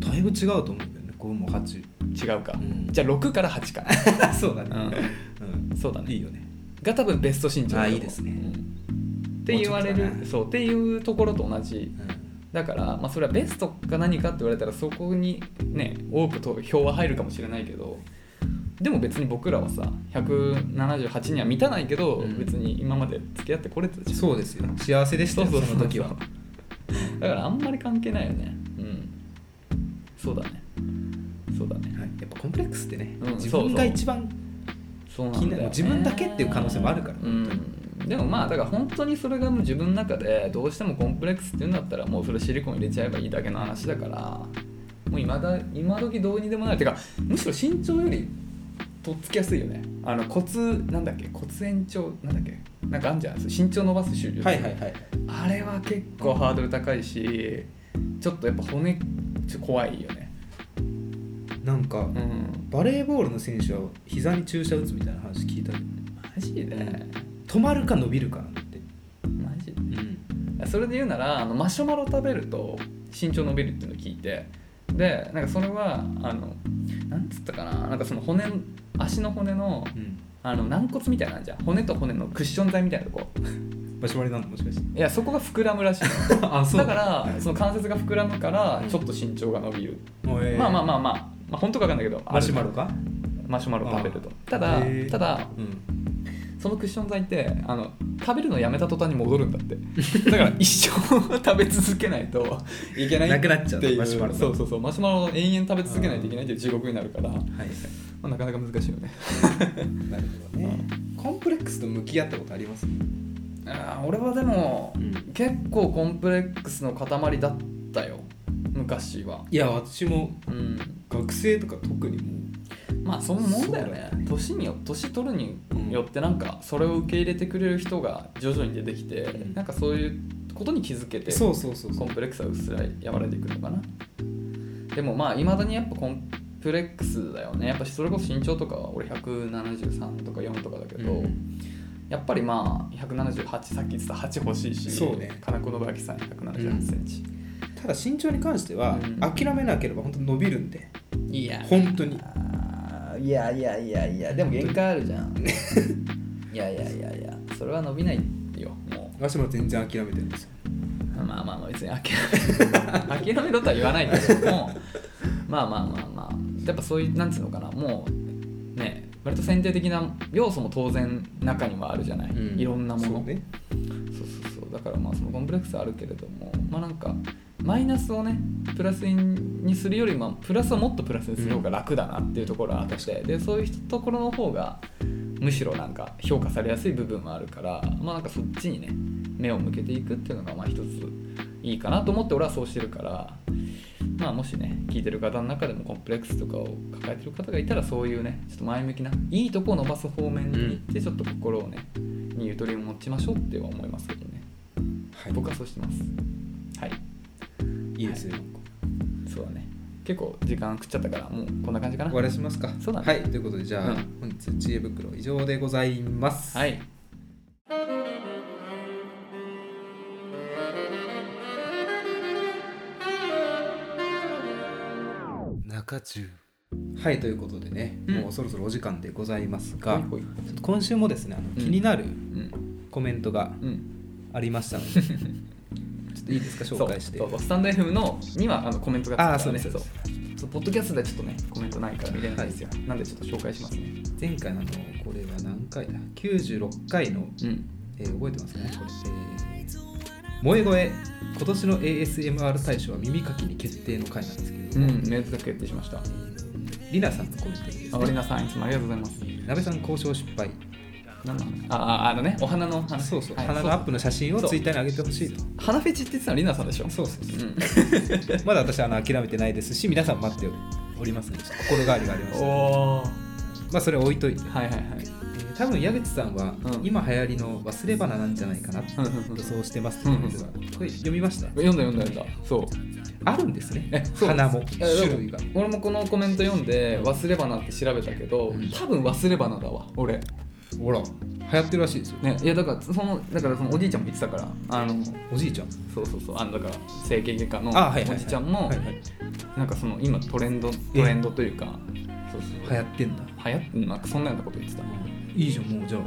Speaker 1: だいぶ違うと思うんだよね5も8
Speaker 2: 違うか、
Speaker 1: うん
Speaker 2: じゃあ6から8か、
Speaker 1: そうだね、
Speaker 2: う
Speaker 1: うん
Speaker 2: ん、そうだ
Speaker 1: い
Speaker 2: ね
Speaker 1: いよね
Speaker 2: が多分ベスト身長だと思
Speaker 1: あ
Speaker 2: う
Speaker 1: いいですね
Speaker 2: うんって言われ
Speaker 1: もうちょっとだ
Speaker 2: る
Speaker 1: な
Speaker 2: そうっていうところと同じだから、まあ、それはベストか何かって言われたらそこにね多くと票は入るかもしれないけどでも別に僕らはさ178には満たないけど、
Speaker 1: うん
Speaker 2: 別に今まで付き合ってこれてたじゃん
Speaker 1: そうですよ幸せでしたよ
Speaker 2: そうそうそう
Speaker 1: の時は
Speaker 2: だからあんまり関係ないよねうんそうだねそうだね
Speaker 1: はいやっぱコンプレックスってね、
Speaker 2: うん
Speaker 1: 自
Speaker 2: そう
Speaker 1: 分
Speaker 2: そう
Speaker 1: が一番
Speaker 2: そうなんだよね、
Speaker 1: 気になる自分だけっていう可能性もあるから
Speaker 2: うんでもまあだから本当にそれがもう自分の中でどうしてもコンプレックスっていうんだったらもうそれシリコン入れちゃえばいいだけの話だからもう今だ今時どうにでもなるてかむしろ身長よりとっつきやすいよねあの骨なんだっけ骨延長なんだっけなんかあんじゃん身長伸ばす手術、
Speaker 1: はいはいはい
Speaker 2: あれは結構ハードル高いしちょっとやっぱ骨ちょ怖いよね
Speaker 1: なんか、
Speaker 2: うん
Speaker 1: バレーボールの選手は膝に注射打つみたいな話聞いたけど
Speaker 2: マジで
Speaker 1: 止まるか伸びるかなんだって、
Speaker 2: マジでそれで言うならあのマシュマロ食べると身長伸びるっていうのを聞いてでなんかそれはあのなんつったかななんかその骨足の骨の
Speaker 1: うん
Speaker 2: あの軟骨みたいなんじゃん骨と骨のクッション材みたいなとこ
Speaker 1: 場所割りなんだもしかして
Speaker 2: いやそこが膨らむ らしいの
Speaker 1: あ
Speaker 2: だからその関節が膨らむからちょっと身長が伸びる、まあまあまあまあまあ本当かわかんないけど
Speaker 1: マシュマロか
Speaker 2: マシュマロ食べると
Speaker 1: あー
Speaker 2: ただ
Speaker 1: へー
Speaker 2: ただ
Speaker 1: うん
Speaker 2: そのクッション材ってあの食べるのやめた途端に戻るんだって だから一生食べ続けないといけない
Speaker 1: なくなっちゃう
Speaker 2: ていう
Speaker 1: マシュマロが
Speaker 2: そうそうそうマシュマロを延々食べ続けないといけないっていう地獄になるから、ま
Speaker 1: はいは
Speaker 2: あ、なかなか難しいよね
Speaker 1: いなるほどねコンプレックスと向き合ったことあります
Speaker 2: あー俺はでも、
Speaker 1: うん
Speaker 2: 結構コンプレックスの塊だったよ昔はい
Speaker 1: や私も
Speaker 2: うん
Speaker 1: 学生とか特にも
Speaker 2: まあそのもんだよ
Speaker 1: そうだ
Speaker 2: ね
Speaker 1: よね
Speaker 2: 年によ年取るによってなんかそれを受け入れてくれる人が徐々に出てきて、
Speaker 1: うん
Speaker 2: なんかそういうことに気づけて
Speaker 1: うそうそうそうそ
Speaker 2: コ
Speaker 1: う
Speaker 2: ンプレックスはうっすら和らいでいくのかなでもまあいまだにやっぱコンプレックスだよねやっぱそれこそ身長とかは俺173とか4とかだけど、
Speaker 1: うん
Speaker 2: やっぱりまあ178さっき言ってた8欲しいし
Speaker 1: そうね
Speaker 2: 金子信明さん178センチ、
Speaker 1: ただ身長に関しては
Speaker 2: うん
Speaker 1: 諦めなければ本当に伸びるんで
Speaker 2: いや
Speaker 1: 本当に
Speaker 2: あーいやいやいやいやでも限界あるじゃ んいやいやいやいやそれは伸びないよも
Speaker 1: 私も全然諦めてるんですよ
Speaker 2: うまあまあまあ別に諦め 諦めろとは言わないけどもまあまあまあまあやっぱそういうなんつうのかなもうね割と先定的な要素も当然中にはあるじゃない、
Speaker 1: う
Speaker 2: いろんなもの
Speaker 1: そうね
Speaker 2: そうそうそうだからまあそのコンプレックスはあるけれどもまあなんかマイナスをねプラスにするよりもプラスをもっとプラスにする方が楽だなっていうところはあって、でそういうところの方がむしろなんか評価されやすい部分はあるからまあなんかそっちにね目を向けていくっていうのがまあ一ついいかなと思って俺はそうしてるからまあもしね聞いてる方の中でもコンプレックスとかを抱えてる方がいたらそういうねちょっと前向きないいとこを伸ばす方面に行ってちょっと心をねにゆとりを持ちましょうっては思いますけどね
Speaker 1: はい
Speaker 2: 僕はそうしてますはい
Speaker 1: いいですよ
Speaker 2: そうだね結構時間食っちゃったからもうこんな感じかな
Speaker 1: 終わらしますか
Speaker 2: そうだね
Speaker 1: はいということでじゃあ、
Speaker 2: うん
Speaker 1: 本日知恵袋以上でございます
Speaker 2: はい
Speaker 1: 中中はいということでね、
Speaker 2: うん
Speaker 1: もうそろそろお時間でございます
Speaker 2: ほ
Speaker 1: が
Speaker 2: いほい
Speaker 1: ちょっと今週もですねあの
Speaker 2: ん
Speaker 1: 気になる
Speaker 2: うん
Speaker 1: コメントが
Speaker 2: うん
Speaker 1: ありました ので、ちょっといいですか紹介して
Speaker 2: そうそうそうスタンド FM のにはあのコメントが
Speaker 1: あーそう
Speaker 2: で
Speaker 1: ですす
Speaker 2: そうそうポッドキャストではちょっとねコメントないから見れないんですよ、なんでちょっと紹介しますね
Speaker 1: 前回のあのこれは何回だ96回の、
Speaker 2: うん
Speaker 1: えー覚えてますかねこれ、えー萌え声今年の ASMR 大賞は耳かきに決定の回なんですけれど
Speaker 2: う
Speaker 1: も、
Speaker 2: んメンズだけ決定しました
Speaker 1: りなさんのコメントです
Speaker 2: あオリ
Speaker 1: ね
Speaker 2: ナさんいつもありがとうございます
Speaker 1: なべさん交渉失敗
Speaker 2: 何の話あああのねお花の話
Speaker 1: そうそう、
Speaker 2: はい
Speaker 1: 花のアップの写真を
Speaker 2: そう
Speaker 1: ツイッターに上げてほしいと
Speaker 2: 花フェチって言ってたのリナさんでしょ
Speaker 1: そうそうそう
Speaker 2: うん
Speaker 1: まだ私あの諦めてないですし皆さん待っておりますのでちょっと心変わりがありました
Speaker 2: おー
Speaker 1: まあそれは置いといて、
Speaker 2: はいはいはい
Speaker 1: えー多分矢口さんは、
Speaker 2: うん
Speaker 1: 今流行りの忘れ花なんじゃないかな
Speaker 2: うんうんう
Speaker 1: 予
Speaker 2: ん
Speaker 1: 想してますけど、
Speaker 2: うんうん
Speaker 1: これ読みました
Speaker 2: 読んだ読んだ読んだそう
Speaker 1: あるんですね
Speaker 2: えそう
Speaker 1: 花も
Speaker 2: いやでも
Speaker 1: 種類が
Speaker 2: 俺もこのコメント読んで忘れ花って調べたけど多分忘れ花だわ俺
Speaker 1: ほら流行ってるらしいですよ
Speaker 2: ねいやだからそのだからそのおじいちゃんも言ってたからあの
Speaker 1: おじいちゃん
Speaker 2: そうそうそうあのだから整形外科の
Speaker 1: あはいはいはい
Speaker 2: おじちゃんも
Speaker 1: はいはい
Speaker 2: なんかその今トレンドトレンドというかそうそう
Speaker 1: 流行ってんだ
Speaker 2: 流行ってなんかそんなようなこと言ってた
Speaker 1: いいじゃんもうじゃ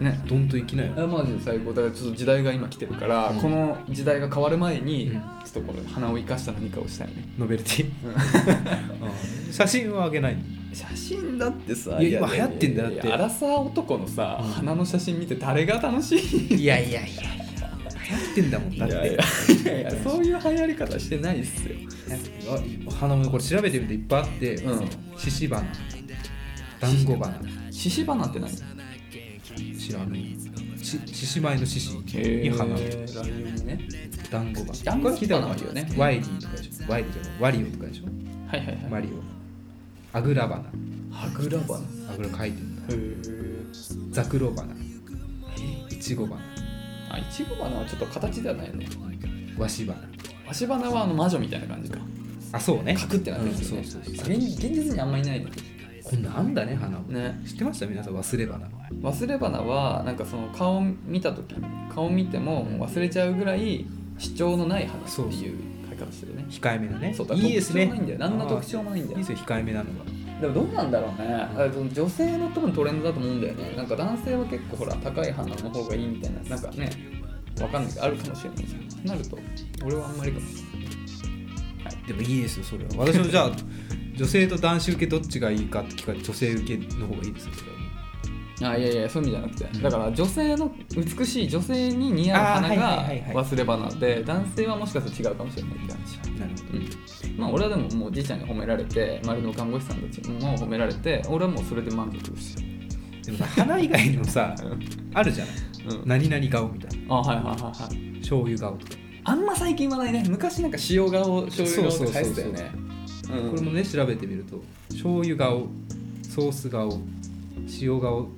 Speaker 2: ね
Speaker 1: あどんといきなよ
Speaker 2: あマジで最高だからちょっと時代が今来てるから、
Speaker 1: うん
Speaker 2: この時代が変わる前に、
Speaker 1: うん
Speaker 2: ちょっとこの花を生かした何かをしたいね
Speaker 1: ノベルティうん写真はあげない
Speaker 2: 写真だってさ
Speaker 1: いや今流行ってんだよだって
Speaker 2: アラサー男のさ、
Speaker 1: うん
Speaker 2: 花の写真見て誰が楽しい
Speaker 1: いやいやいやいや流行ってんだもんだっ
Speaker 2: い
Speaker 1: て
Speaker 2: やいやいやいやそういう流行り方してないっすよ
Speaker 1: あお花もこれ調べてみていっぱいあって、
Speaker 2: うん
Speaker 1: 獅子花団子花
Speaker 2: 獅子花って何
Speaker 1: 知らないし獅子舞の獅子に花
Speaker 2: ライオンにね
Speaker 1: 団子花
Speaker 2: 団子花
Speaker 1: これ聞いたことある
Speaker 2: あるよね
Speaker 1: ワイリーとかでしょワイリーじゃないワリオとかでしょ、
Speaker 2: はいはいは
Speaker 1: マ
Speaker 2: い
Speaker 1: リオあぐら花
Speaker 2: はぐら花へ
Speaker 1: あぐら書いてるんだ
Speaker 2: え
Speaker 1: ザクロ花いちご花
Speaker 2: あいちご花はちょっと形ではないよね
Speaker 1: わし花
Speaker 2: 足花はあの魔女みたいな感じか
Speaker 1: あそうね
Speaker 2: カクってなってるんですよ
Speaker 1: う
Speaker 2: ね
Speaker 1: んそうそうそう
Speaker 2: 現現実にあんまりないの
Speaker 1: こんなんあんだね花も
Speaker 2: ね
Speaker 1: 知ってました皆さん忘れ花
Speaker 2: 忘れ花はなんかその顔見た時顔見ても忘れちゃうぐらい主張のない花っていう書き方してるね
Speaker 1: 控えめなね
Speaker 2: そうだ
Speaker 1: いいですね
Speaker 2: 特徴ないんだよ何の特徴もないん
Speaker 1: い
Speaker 2: だ
Speaker 1: い
Speaker 2: よ
Speaker 1: ですよ控えめなのが
Speaker 2: でもどうなんだろうねあの女性の多分トレンドだと思うんだよねなんか男性は結構ほら高い花の方がいいみたいななんかねわかんないけどあるかもしれないじゃんそうなると俺はあんまりかもしれない
Speaker 1: でもいいですよそれは私もじゃあ女性と男子受けどっちがいいかって聞かれて女性受けの方がいいですよそれは
Speaker 2: あいやいやそういう意味じゃな
Speaker 1: う
Speaker 2: くて
Speaker 1: ん
Speaker 2: だから女性の美しい女性に似合う花
Speaker 1: あー
Speaker 2: が
Speaker 1: はいはいはいはい
Speaker 2: 忘れ花で男性はもしかしたら違うかもしれないって話
Speaker 1: なるほど、
Speaker 2: まあ俺はでももうじいちゃんに褒められて周りの看護師さんたちにも褒められて俺はもうそれで満足ですよ
Speaker 1: でもさ花以外にもさあるじゃない
Speaker 2: うん
Speaker 1: 何々顔みたいな
Speaker 2: あはいはいはいはい
Speaker 1: 醤油顔とか
Speaker 2: あんま最近はないね昔なんか塩顔醤油
Speaker 1: そうそ
Speaker 2: 顔って
Speaker 1: う
Speaker 2: 返
Speaker 1: そうそ
Speaker 2: した
Speaker 1: う
Speaker 2: よね
Speaker 1: これもね調べてみると醤油顔ソース顔塩顔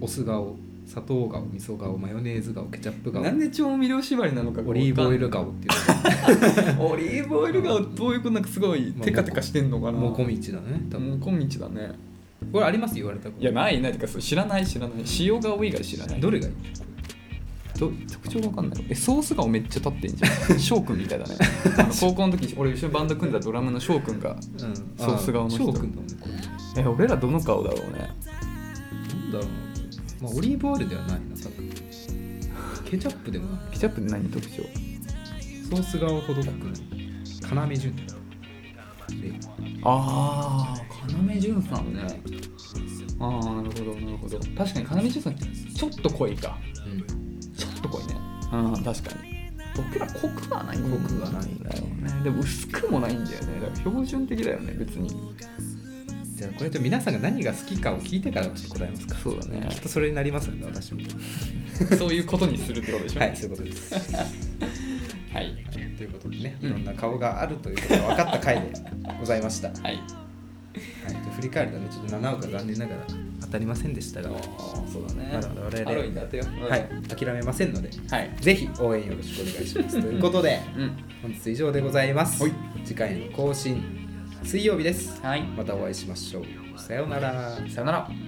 Speaker 1: お酢顔砂糖顔味噌顔マヨネーズ顔ケチャップ
Speaker 2: うん
Speaker 1: 顔
Speaker 2: なんで調味料縛りなのか
Speaker 1: オリーブオイル顔っていうのが
Speaker 2: オリーブオイルがどういうことなんかすごいテカテカしてんのかな
Speaker 1: もこみちだね多分
Speaker 2: もこみちだね
Speaker 1: これあります言われたこと
Speaker 2: いやないないてかそれ知らない知らない塩顔以外知らない
Speaker 1: どれがいい
Speaker 2: ど特徴がわかんないえソース顔めっちゃ立ってんじゃん翔くんみたいだね あの高校の時俺一緒にバンド組んだドラムの翔くんが
Speaker 1: うん、ソ
Speaker 2: ース顔の人
Speaker 1: 翔くんだもんねこれ
Speaker 2: え俺らどの顔だろうね
Speaker 1: なんだろうな、まあ、オリーブオイルではないな多分ケチャップでもない
Speaker 2: ケチャップって何特徴
Speaker 1: ソース顔ほどなくない要潤太で
Speaker 2: ああ要潤さんねああなるほどなるほど確かに要潤さんちょっと濃いかちょっと濃いねうん確かに僕ら濃くはない
Speaker 1: 濃くはない
Speaker 2: んだよねでも薄くもないんだよねだから標準的だよね別に
Speaker 1: じゃあこれと皆さんが何が好きかを聞いてからちょっと答えますか
Speaker 2: そうだね
Speaker 1: きっとそれになりますよね私も
Speaker 2: そういうことにするってことでし ょ
Speaker 1: はいそういうことです
Speaker 2: はい
Speaker 1: ということでね
Speaker 2: う
Speaker 1: い
Speaker 2: ん
Speaker 1: ろんな顔があるということが分かった回でございました、はい、
Speaker 2: はい
Speaker 1: じゃあ振り返るとねちょっと七岡残念ながら当たりませんでしたが、
Speaker 2: そうだね
Speaker 1: まだまだ我々
Speaker 2: ハロウィンだってようん
Speaker 1: はい諦めませんので
Speaker 2: はい
Speaker 1: ぜひ応援よろしくお願いしますということで
Speaker 2: うん
Speaker 1: 本日以上でございます、
Speaker 2: はい
Speaker 1: 次回の更新水曜日です
Speaker 2: はい
Speaker 1: またお会いしましょうさようなら
Speaker 2: さよなら